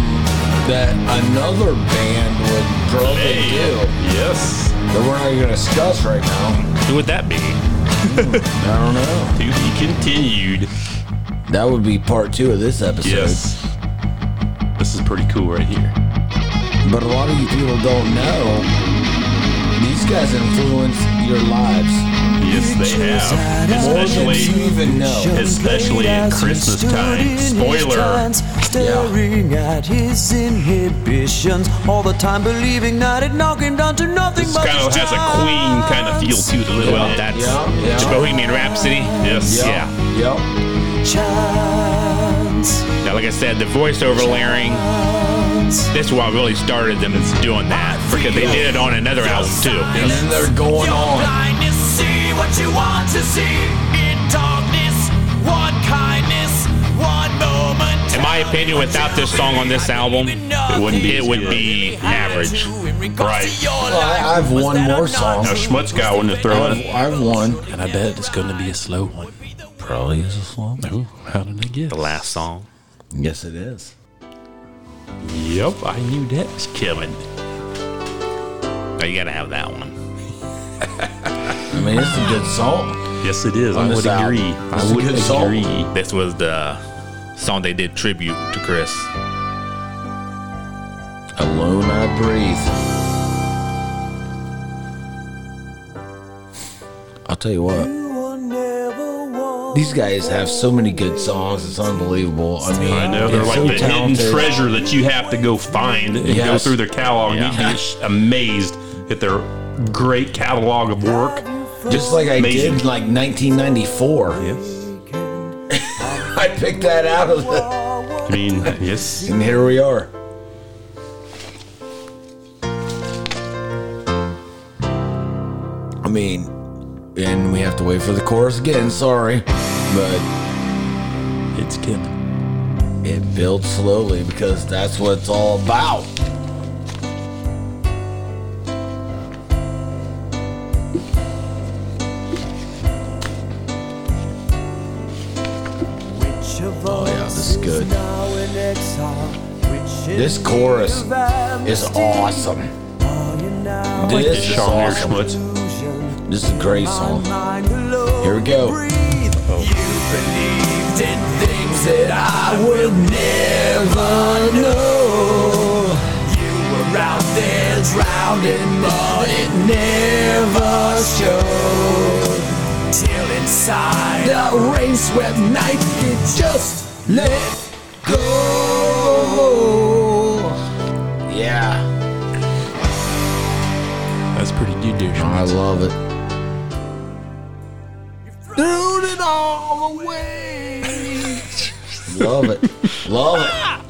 S3: that another band would probably
S8: Hey.
S3: do
S8: Yes.
S3: that we're not even gonna discuss right now.
S4: who would that be?
S3: I don't know.
S8: To be continued.
S3: That would be part two of this episode.
S8: Yes. This is pretty cool right here.
S3: But a lot of you people don't know these guys influence your lives
S8: Yes, they have.
S3: more than you
S8: Especially,
S3: even know.
S8: especially at Christmas time. Spoiler.
S9: Staring at his inhibitions all the time, believing that it knocked him down to nothing
S8: This
S9: but
S8: kind of
S9: his
S8: has a queen kind of feel to it a little
S4: Well,
S8: bit.
S4: that's
S3: Yeah, yeah.
S4: Bohemian Rhapsody.
S8: Yes.
S4: Yeah.
S3: Yep.
S9: chance.
S4: Now, like I said, the voiceover layering. That's what really started them is doing that because they did it on another album too.
S3: And then they're going
S5: Your
S3: on.
S5: blindness, see what you want to see. In darkness, one kindness, one moment.
S4: In my opinion, without this song on this album,
S5: it
S8: wouldn't be
S4: it
S8: as
S4: would
S8: good.
S4: be average.
S8: Right.
S3: Well, I, I have one more song.
S8: Now Schmutz got one to throw
S3: I've,
S8: in.
S3: I've one.
S2: And I bet it's going to be a slow one. Probably is a slow one. how did I get?
S4: The last song.
S3: Yes, it is.
S8: Yep, I knew that was coming.
S4: Oh, you gotta have that one.
S3: I mean, it's a good song.
S8: Yes, it is.
S3: On
S8: I
S3: this
S8: would
S3: album.
S8: agree.
S3: It's
S8: I
S3: a
S8: would
S3: good song.
S8: agree.
S4: This was the song they did tribute to Chris.
S3: Alone I breathe. I'll tell you what. These guys have so many good songs. It's unbelievable. I mean,
S8: I know they're
S3: it's
S8: like
S3: so
S8: the
S3: talented.
S8: hidden treasure that you have to go find and go
S3: Yes.
S8: through their catalog. You'd
S4: Yeah.
S8: be sh- amazed at their great catalog of work.
S3: Just like I
S8: Amazing.
S3: did, like 1994. <laughs> I picked that out of the,
S8: I mean, yes,
S3: and here we are. I mean, and we have to wait for the chorus again. Sorry, but
S2: It's Kevin.
S3: it builds slowly because that's what it's all about.
S9: Oh
S3: yeah, this is good. This
S9: This
S3: chorus It's awesome. This is
S8: Sean Air
S3: awesome.
S8: Schmutz.
S3: This is a great song. Here we go. believed in things that I will never know. You were out there drowning, but it never showed. Till inside the rain swept night, it just let go. Yeah,
S2: That's pretty good, dude.
S3: I love it. Doing it all the way. <laughs> love it. Love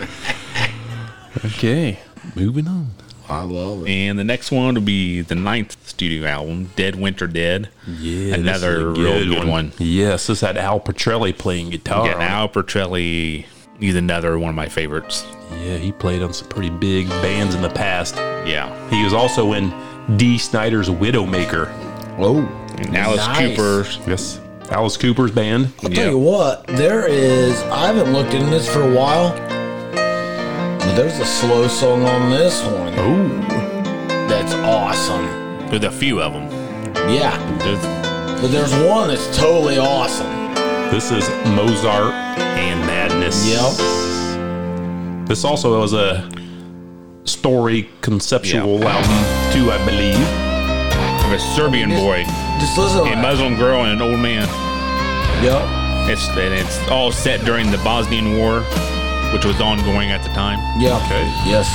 S3: it.
S2: Okay, moving on.
S3: I love it.
S4: And the next one will be the ninth studio album, Dead Winter Dead.
S2: Yeah,
S4: Another real good one.
S2: Yes, this had Al Petrelli playing guitar.
S4: Yeah,
S2: on it.
S4: Al Petrelli, he's another one of my favorites.
S2: Yeah, he played on some pretty big bands in the past.
S4: Yeah.
S8: he was also in D. Snyder's Widowmaker.
S3: Oh.
S4: And Alice
S3: Nice.
S4: Cooper.
S8: Yes, Alice Cooper's band.
S3: I'll tell you what, there is, I haven't looked into this for a while, but there's a slow song on this one. Ooh. That's awesome.
S4: There's a few of them.
S3: Yeah,
S4: There's,
S3: but there's one that's totally awesome.
S8: This is Mozart and Madness. This also was a story conceptual album too, I believe.
S4: there's a Serbian boy,
S3: Just listen to
S4: a
S3: that.
S4: Muslim girl, and an old man.
S3: Yep.
S4: It's, and it's all set during the Bosnian War, which was ongoing at the time.
S3: Yep.
S8: Okay.
S3: Yes.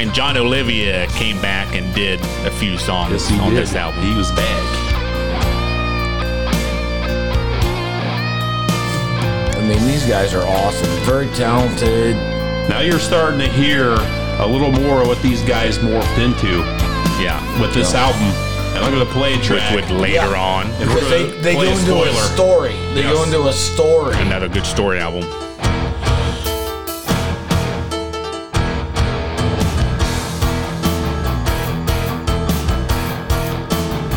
S4: And John Olivia came back and did a few songs
S8: Yes, he
S4: on
S8: did.
S4: this album.
S8: He was back.
S3: I mean, these guys are awesome. Very talented.
S8: Now you're starting to hear a little more of what these guys morphed into
S4: yeah.
S8: with this album. And I'm going to play a
S4: Which
S8: track.
S4: would later on,
S8: and we're
S3: Because they,
S8: going to
S3: they go
S8: play a
S3: into
S8: spoiler.
S3: a story. They go
S8: Yes.
S3: into a story. <laughs>
S8: <laughs>
S4: another good story album.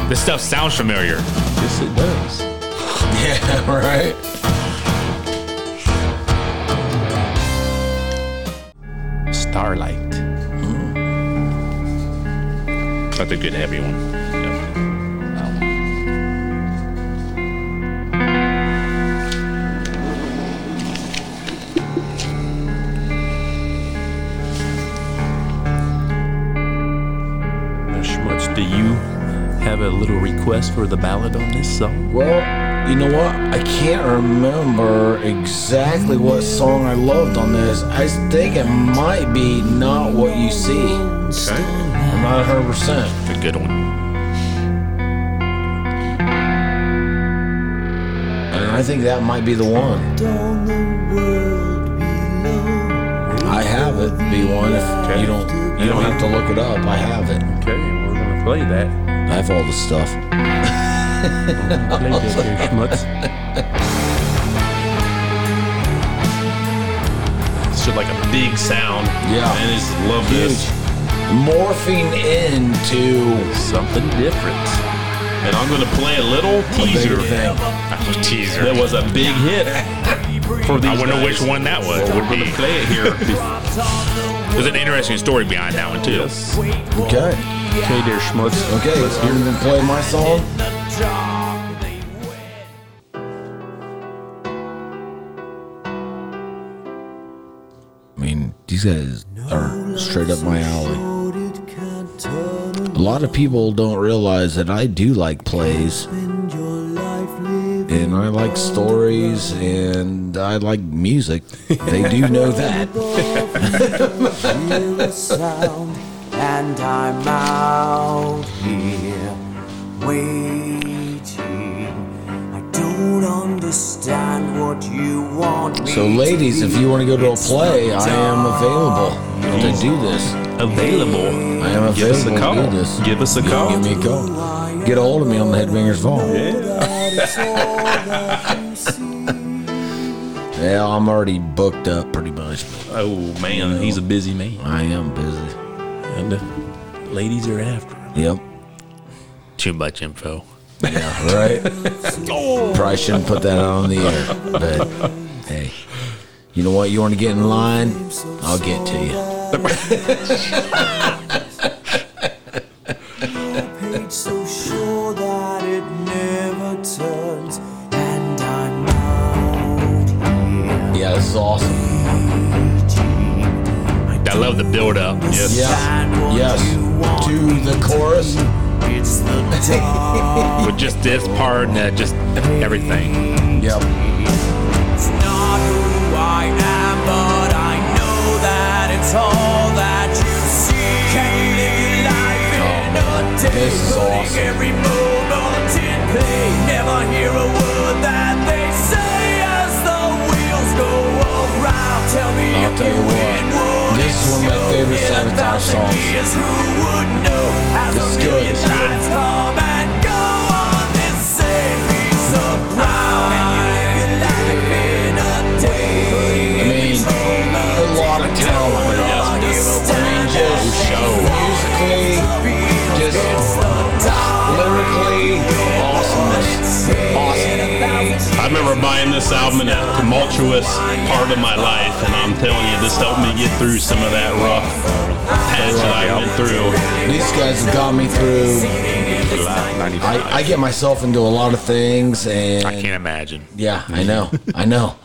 S4: This stuff sounds familiar.
S8: yes, it does.
S3: Yeah, right?
S8: Starlight.
S4: That's a good heavy one.
S2: Now, Schmutz, do you have a little request for the ballad on this song?
S3: Well, you know what? I can't remember exactly what song I loved on this. I think it might be Not What You See. I'm not 100%.
S4: A good one.
S3: And I think that might be the one. I have it, B1. If
S8: Okay.
S3: you don't, you don't have to look it up. I have it.
S8: Okay, we're going to play that.
S3: I have all the stuff.
S2: Play that there, Schmutz.
S8: It's just like a big sound.
S3: Yeah.
S8: And I just love this.
S3: Morphing into
S2: Something different.
S8: And I'm going to play a little teaser
S3: bigger thing.
S4: Oh, teaser.
S8: that was a big hit for these
S4: I wonder
S8: guys.
S4: which one that was.
S8: We're
S4: Would
S8: <laughs> going
S4: be
S8: to play it here.
S4: There's an interesting story behind that one too.
S3: Okay.
S8: Okay, dear schmutz.
S3: Okay, you're gonna play my song. I mean, these guys are straight up my alley. A lot of people don't realize that I do like plays. And I like stories and I like music. They do know that.
S5: hear a sound, and I'm out here waiting. I don't understand what you want me
S3: So, ladies,
S5: to
S3: if
S5: be.
S3: you want to go to a
S5: It's
S3: play,
S5: not
S3: I am available to do this.
S8: Available.
S3: I am
S8: Give us a
S3: available to
S8: call.
S3: do this.
S8: Give us a call.
S3: Give me a call. Get a hold of me on the Headbangers phone. Yeah, I'm already booked up pretty much. but
S8: Oh
S2: Uh,
S8: man, he's a busy man.
S3: I am busy.
S2: And the ladies are after him.
S3: Yep.
S4: Too much info.
S3: Right. Probably shouldn't put that out on the air, but hey, you know what? You want to get in line? I'll get to you.
S5: Ain't so sure that it never turns, and I'm out here
S3: Yeah, this is awesome.
S5: waiting.
S4: I love the build up. Yes.
S5: Understand
S3: Yeah.
S5: what
S3: Yes.
S5: you want
S3: To the chorus.
S5: It's the
S3: <laughs>
S5: dark.
S4: With just this part and uh, just everything.
S3: Yep.
S5: It's not who I am, but I know that it's all that you see. Can't live life in a day,
S3: This is
S5: putting
S3: awesome.
S5: every moment in play. Never hear a word that they say as the wheels go around. Tell me
S3: I'll
S5: if
S3: tell you what,
S5: you win, would
S3: this is
S5: it
S3: one of my
S5: show?
S3: favorite
S5: In a
S3: Sabotage
S5: thousand
S3: songs.
S5: years, who would know? As
S3: This
S5: a
S3: is good.
S5: million
S3: It's good.
S5: lights come and go on this same piece of ground. And you live your life in a day.
S3: I mean, a lot of talent with us. I mean, just musically, just lyrically, awesomeness. Awesome.
S8: I remember buying this album in a tumultuous part of my life, and I'm telling you, this helped me get through some of that rough patch that I went through.
S3: These guys have got me through. I, I
S4: I,
S3: get myself into a lot of things, and
S4: I can't imagine.
S3: yeah, I know, I know.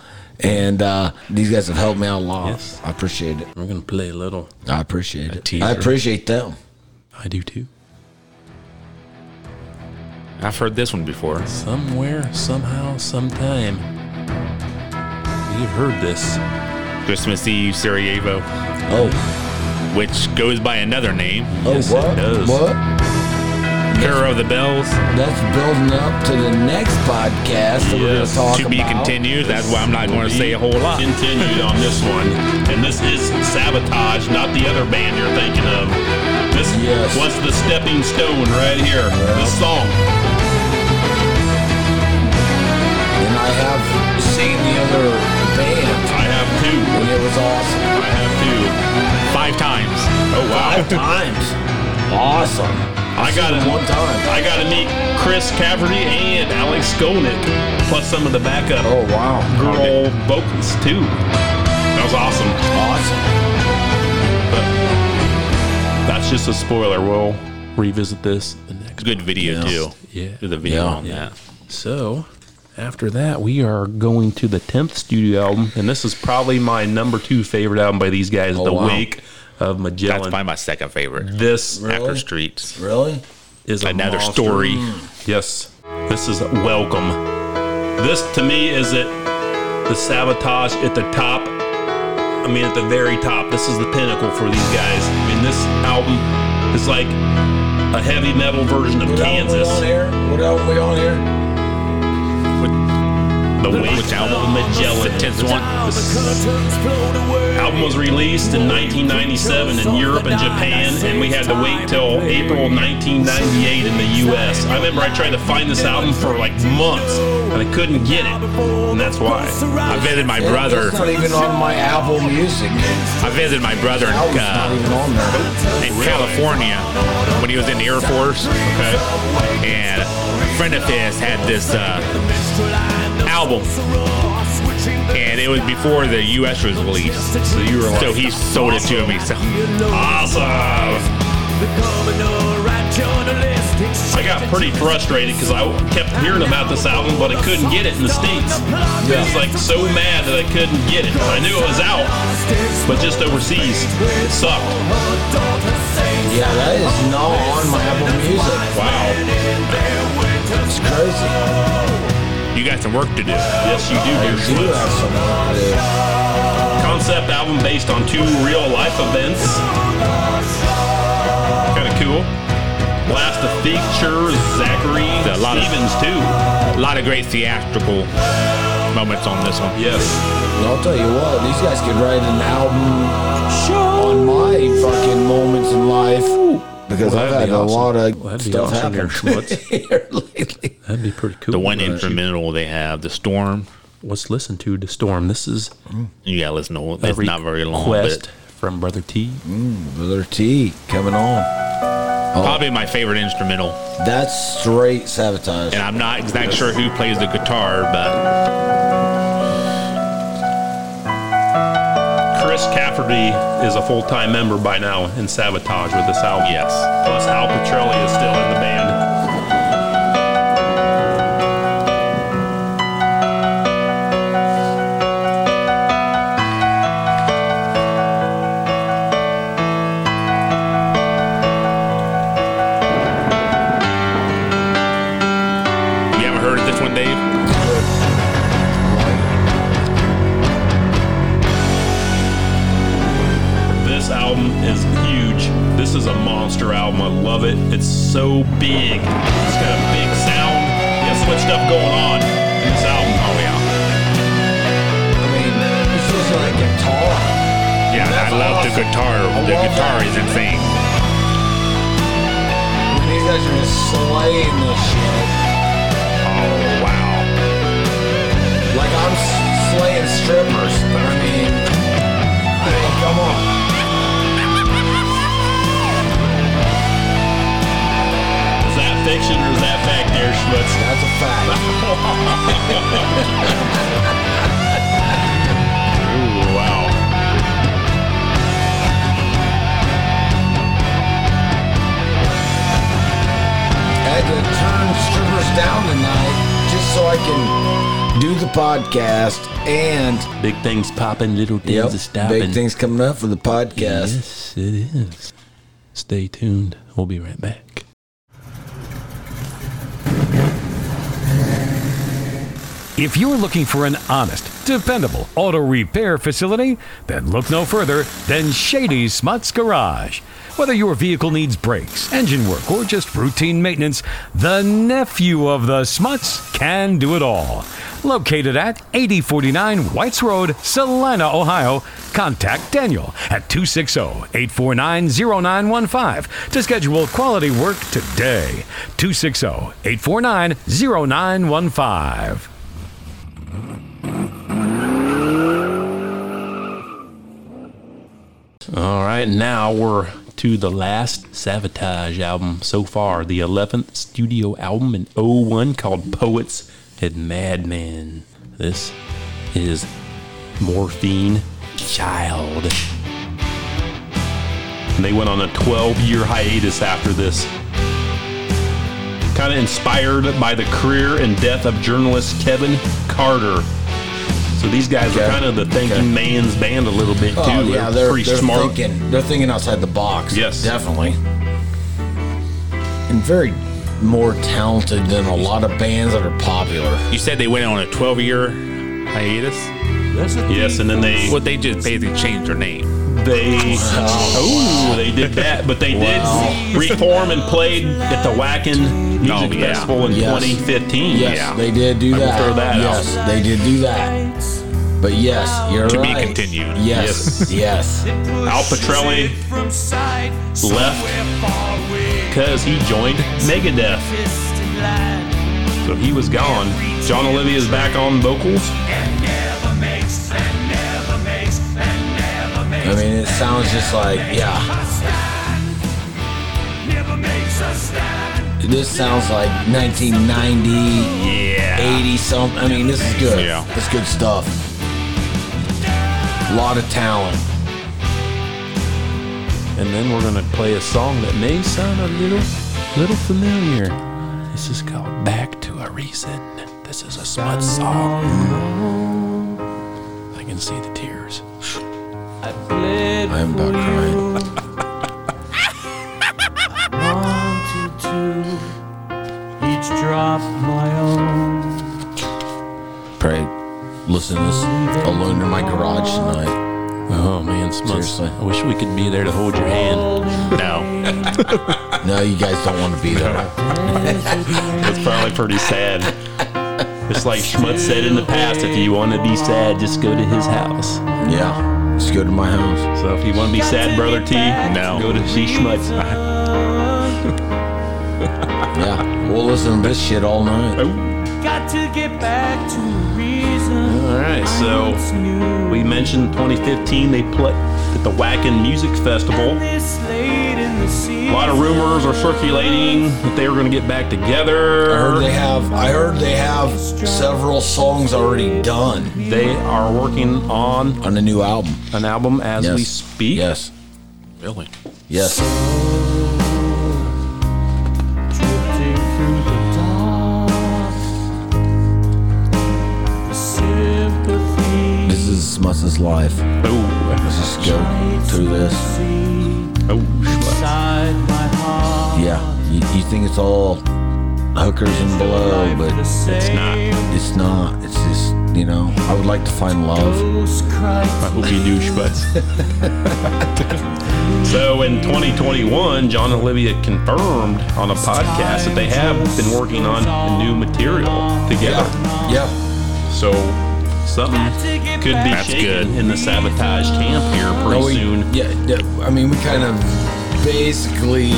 S3: And uh, these guys have helped me out a lot. I appreciate it.
S2: We're going to play a little.
S3: I appreciate it.
S2: teaser.
S3: I appreciate them.
S2: I do too.
S4: I've heard this one before.
S2: Somewhere, somehow, sometime. You've heard this.
S4: Christmas Eve Sarajevo,
S3: Oh,
S4: which goes by another name,
S3: oh, what?
S2: does.
S3: What?
S4: Terror of the Bells.
S3: That's building up to the next podcast that we're going to
S8: Yes.
S3: talk
S4: To be
S3: about.
S4: continued. That's why I'm not going to say a whole lot.
S8: Continued on this one, and this is Sabotage, not the other band you're thinking of. This
S3: Yes.
S8: was the stepping stone right here. This song.
S3: And I have seen the other band,
S8: I have two.
S3: and it was
S8: <laughs>
S3: awesome.
S8: I have
S4: Five times.
S8: two. Oh wow.
S3: times. Awesome.
S8: I got it
S3: One time.
S8: I got to meet Chris Caverty and Alex Skolnick, plus some of the backup
S3: Oh, wow.
S8: girl vocals too. That was awesome.
S3: Awesome.
S8: That's just a spoiler. We'll
S2: Revisit this the next.
S4: Good video too.
S2: Yeah.
S4: There's a video
S3: Yeah.
S4: on that.
S2: So,
S8: After that, we are going to the 10th studio album, Oh, and this is probably my number two favorite album by these guys, The
S3: wow.
S8: Wake
S4: That's
S8: of Magellan.
S4: probably my second favorite.
S8: This
S4: Acker Streets.
S3: Really?
S8: is a
S4: Another
S8: monster.
S4: story.
S8: Yes, this is welcome. This to me is it the sabotage at the top. I mean, at the very top. This is the pinnacle for these guys. I mean, this album is like a heavy metal version of
S3: What album we
S8: Kansas.
S3: on here? What album we on here?
S8: The Wake
S4: Which
S8: album,
S4: album?
S8: Magellan.
S4: The tenth one?
S8: This album was released in 1997 in Europe and Japan, and we had to wait till April 1998 in the U.S. I remember I tried to find this album for like months, and I couldn't get it, and that's why.
S4: I visited my brother.
S3: It's not even on my Apple Music.
S4: I visited my brother in,
S3: Album's not
S4: uh,
S3: even on there.
S4: in California when he was in the Air Force. And a friend of his had this uh, album. and it was before the U.S. was released.
S8: So you were like,
S4: So he sold it to me. So awesome!
S8: I got pretty frustrated because I kept hearing about this album, but I couldn't get it in the states. I was like so mad that I couldn't get it. I knew it was out, but just overseas, it sucked.
S3: Yeah, that is not on my Apple Music.
S8: Wow.
S3: It's crazy.
S4: You got some work to do.
S8: Yes, you do, dear
S3: You
S8: Schlutz.
S3: have some of that.
S8: Concept album based on two real life events. Kind of cool. Last of feature Zachary
S4: A lot of-
S8: Stevens too.
S4: A lot of great theatrical moments on this one.
S8: Yes.
S3: And I'll tell you what, these guys could write an album on my fucking moments in life. Because
S8: Well,
S3: I've
S8: that'd
S3: had
S8: be
S3: a
S8: awesome.
S3: lot of
S2: Well, that'd be
S3: stuff
S2: awesome,
S3: happen
S2: Eric Schmutz.
S3: <laughs> here lately.
S2: That'd be pretty cool.
S4: The one
S2: Right.
S4: instrumental they have, the storm.
S2: Let's listen to the storm. This is
S4: You gotta listen to it.
S2: a
S4: It's not very long,
S2: request
S4: but
S2: from Brother T.
S3: Brother T coming on.
S4: probably my favorite instrumental.
S3: That's straight sabotage.
S4: And I'm not exactly sure who plays the guitar, but
S8: Chris Cafferty is a full time member by now in Sabotage with this album.
S4: yes.
S8: Plus, Al Petrelli is still in the band.
S4: You haven't heard of this one, Dave?
S8: This album is huge. This is a monster album. I love it. It's so big. It's got a big sound. You got so much stuff going on in this album. Oh, yeah.
S3: I mean, it's just like guitar.
S4: Yeah,
S3: That's
S4: I love the
S3: awesome.
S4: guitar.
S3: I
S4: The
S3: love
S4: guitar
S3: that.
S4: is insane.
S3: These guys are just slaying this shit.
S4: Oh wow.
S3: Like I'm s- slaying strippers. I mean, hey, come on.
S8: Is that fiction or is that fact there, Schmutz?
S3: That's a fact.
S8: Ooh, wow.
S3: I had to turn strippers down tonight just so I can do the podcast and
S2: Big things popping, little things
S3: yep,
S2: are stopping.
S3: big things coming up for the podcast.
S2: Yes, it is. Stay tuned. We'll be right back.
S10: If you're looking for an honest, dependable auto repair facility, then look no further than Shady Smuts Garage. Whether your vehicle needs brakes, engine work, or just routine maintenance, the nephew of the Smuts can do it all. Located at 8049 Whites Road, Salina, Ohio, contact Daniel at oh, 260 849 0915 to schedule quality work today. oh, 260 849 0915.
S2: All right, now we're to the last Sabotage album so far, the 11th studio album in 01 called Poets and Madmen. This is Morphine Child.
S8: And they went on a 12 year hiatus after this. Kind of inspired by the career and death of journalist Kevin Carter. So these guys are
S3: Okay.
S8: kind of the thinking man's band a little bit too.
S3: Oh, yeah, they're,
S8: pretty
S3: they're
S8: smart.
S3: Thinking, they're thinking outside the box.
S8: Yes.
S3: Definitely. And very more talented than a lot of bands that are popular.
S4: You said they went on a 12-year hiatus.
S8: Yes, and then they
S4: Well, they just basically changed their name.
S8: they oh they did that, but they did reform and played at the Wacken Music
S4: Oh, yeah.
S8: Festival in
S3: Yes.
S8: 2015.
S3: Yes,
S4: Yeah.
S3: they did do
S8: I will
S3: that.
S8: throw that out.
S3: yes, they did do that. But yes, you're
S4: To be
S3: right.
S4: continued.
S3: Yes, <laughs> yes.
S8: Al Petrelli left because he joined Megadeth. So he was gone. John Olivia's back on vocals.
S3: I mean, it sounds just like yeah. This sounds like 1990,
S4: Yeah.
S3: 80 something. I mean, this is good.
S4: Yeah.
S3: It's good stuff. A lot of talent.
S2: and then we're gonna play a song that may sound a little, little familiar. This is called "Back to a Reason." This is a smut song. I can see the tears.
S3: I am not crying.
S9: <laughs> Each drop my own.
S3: Pray. Listen to this alone in my garage tonight.
S2: Oh man, smuts!
S3: Seriously.
S2: I wish we could be there to hold your hand.
S4: No,
S3: No, you guys don't want to be there.
S8: It's probably pretty sad. It's like Schmutz said in the past if you want to be sad, just go to his house.
S3: Yeah. Let's go to my house.
S8: So if you want to be sad, Brother T,
S4: No.
S8: go to see Schmutz.
S3: Yeah. We'll listen to this shit all night.
S9: Oh. Got to get back to reason.
S8: All right, so
S9: It's new.
S8: we mentioned 2015 they played at the Wacken Music Festival.
S9: This late in the season.
S8: A lot of rumors are circulating that they were going to get back
S3: I heard
S8: together.
S3: they have I heard they have several songs already done
S8: They are working on
S3: on a new album.
S8: an album as
S3: Yes.
S8: we speak.
S3: Yes.
S4: really.
S3: Yes.
S9: drifting through the dark. The sympathy
S3: This is Smuts' life.
S8: Oh,
S3: Let's just go through this.
S8: oh, Schmutz.
S9: inside my heart.
S3: Yeah. You, you think it's all hookers and blow, but
S9: It's not.
S3: it's not. It's just, you know, I would like to find love.
S8: I hope you do,
S3: <laughs>
S8: Schmutz. so in 2021, John and Olivia confirmed on a podcast that they have been working on new material together.
S3: Yeah. Yeah.
S8: So something could be
S4: That's
S8: shaken
S4: good.
S8: in the sabotage camp here pretty
S3: No, Oh, we-
S8: soon.
S3: Yeah, yeah. I mean, we kind of basically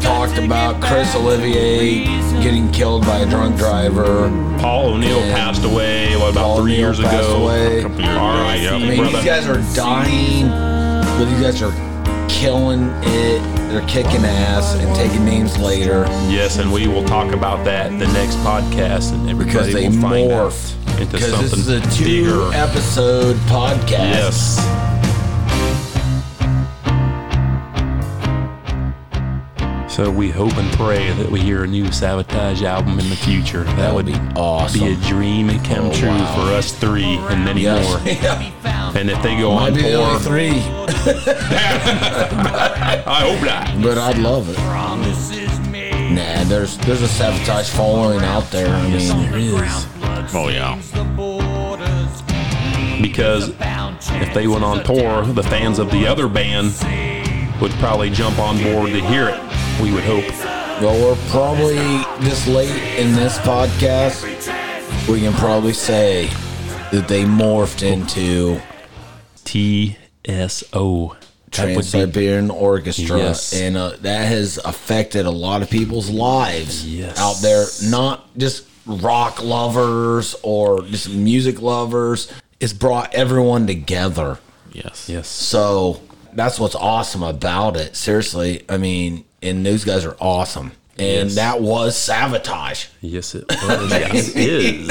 S3: talked about Chris Olivier getting killed by a drunk driver.
S8: Paul O'Neill
S3: Yeah.
S8: passed away what about
S3: Paul
S8: three
S3: O'Neill
S8: years
S3: passed
S8: ago.
S3: away.
S8: Couple years ago, yeah,
S3: I mean,
S8: brother.
S3: these guys are dying, but these guys are killing it. They're kicking ass and taking names later.
S8: Yes, and we will talk about that the next podcast, and
S3: because
S8: everybody
S3: they
S8: will find out
S3: morphed
S8: into
S3: because
S8: something
S3: this is a two
S8: bigger.
S3: episode podcast.
S8: Yes.
S2: So we hope and pray that we hear a new Sabotage album in the future. That,
S3: That
S2: would
S3: would
S2: be,
S3: be awesome.
S2: a dream come
S3: Oh,
S2: true
S3: wow.
S8: For us three and many
S3: Yes. <laughs>
S8: more.
S3: yeah.
S8: And if they go
S3: Might
S8: on
S3: be the only
S8: tour,
S3: three,
S8: I hope not.
S3: but I'd love it. Nah, there's there's a sabotage following out there. I mean,
S2: There is.
S4: Oh yeah,
S8: Because if they went on tour, the fans of the other band would probably jump on board to hear it. We would hope.
S3: well, we're probably this late in this podcast. We can probably say that they morphed into
S2: TSO. That
S3: Trans
S2: would be
S3: Siberian Orchestra,
S2: Yes.
S3: and uh, that has affected a lot of people's lives
S2: Yes.
S3: out there. Not just rock lovers or just music lovers. It's brought everyone together.
S4: yes,
S2: yes.
S3: So that's what's awesome about it. Seriously, I mean, and those guys are awesome. And that was sabotage.
S2: Yes,
S3: <laughs>
S2: it was. yes, it is.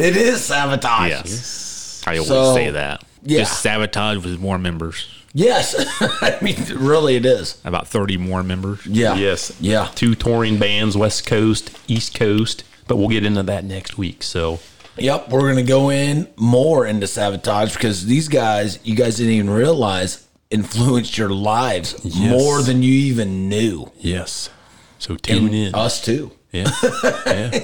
S3: It is sabotage.
S4: yes. I always
S3: So,
S4: say that.
S3: yeah.
S4: Just sabotage with more members.
S3: Yes, <laughs> I mean, really, it is.
S4: About thirty more members.
S3: Yeah.
S8: Yes.
S3: Yeah.
S8: Two touring bands, West Coast, East Coast, but we'll get into that next week. So
S3: Yep, we're gonna go in more into sabotage because these guys, you guys didn't even realize, influenced your lives more than you even knew.
S2: Yes. So tune in.
S3: Us too.
S2: Yeah.
S3: <laughs>
S2: yeah.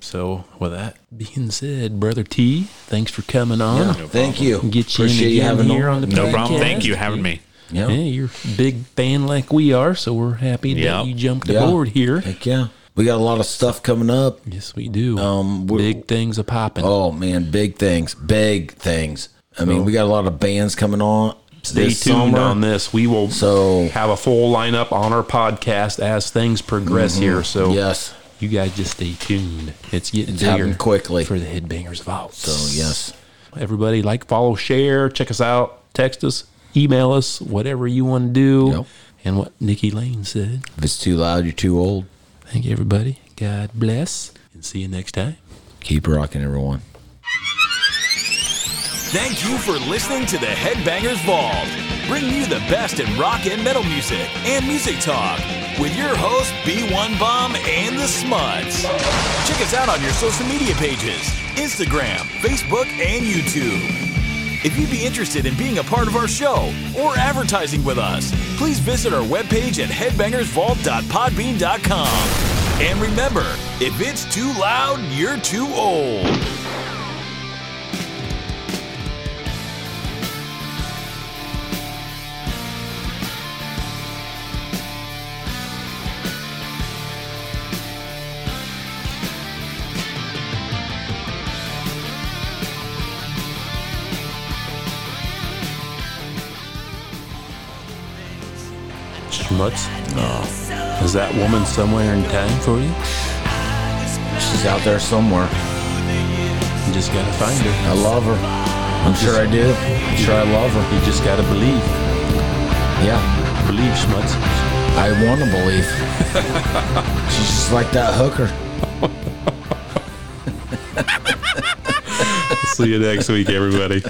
S2: So with that being said, brother T, thanks for coming on.
S3: Thank you.
S2: Get you in
S3: Appreciate you
S2: again
S3: having
S2: here on
S3: on.
S2: the
S4: No problem.
S2: podcast.
S4: Thank you having me.
S3: Yeah.
S2: Yeah, you're a big fan like we are, so we're happy that
S4: Yeah.
S2: you jumped
S3: Yeah.
S2: aboard here.
S3: Heck yeah. We got a lot of stuff coming up.
S2: Yes, we do.
S3: Um, we-
S2: big things are popping.
S3: Oh man, big things, big things. I mean, we got a lot of bands coming on.
S8: stay tuned on this. We will
S3: So-
S8: have a full lineup on our podcast as things progress
S3: Mm-hmm.
S8: here. So
S3: Yes.
S2: You guys just stay tuned. It's getting
S3: It's
S2: bigger
S3: happening quickly.
S2: for the Headbangers Vault.
S3: So yes.
S2: everybody like follow share check us out text us email us whatever you want to do
S3: Yep.
S2: and what nikki lane said
S3: If it's too loud, you're too old.
S2: thank you everybody god bless and see you next time
S3: Keep rocking, everyone.
S4: Thank you for listening to the Headbangers Vault, bringing you the best in rock and metal music and music talk with your host B1 Bomb and the Smuts. Check us out on your social media pages Instagram, Facebook, and YouTube. If you'd be interested in being a part of our show or advertising with us, please visit our webpage at headbangersvault.podbean.com. And remember, if it's too loud, you're too old.
S2: Schmutz? Is that woman somewhere in time for you?
S3: She's out there somewhere.
S2: You just gotta find her.
S3: I love her. I'm sure I do. I'm sure I love her.
S2: You just gotta believe.
S3: Yeah.
S2: Believe, Schmutz.
S3: I want to believe. <laughs> She's just like that hooker.
S2: See you next week, everybody.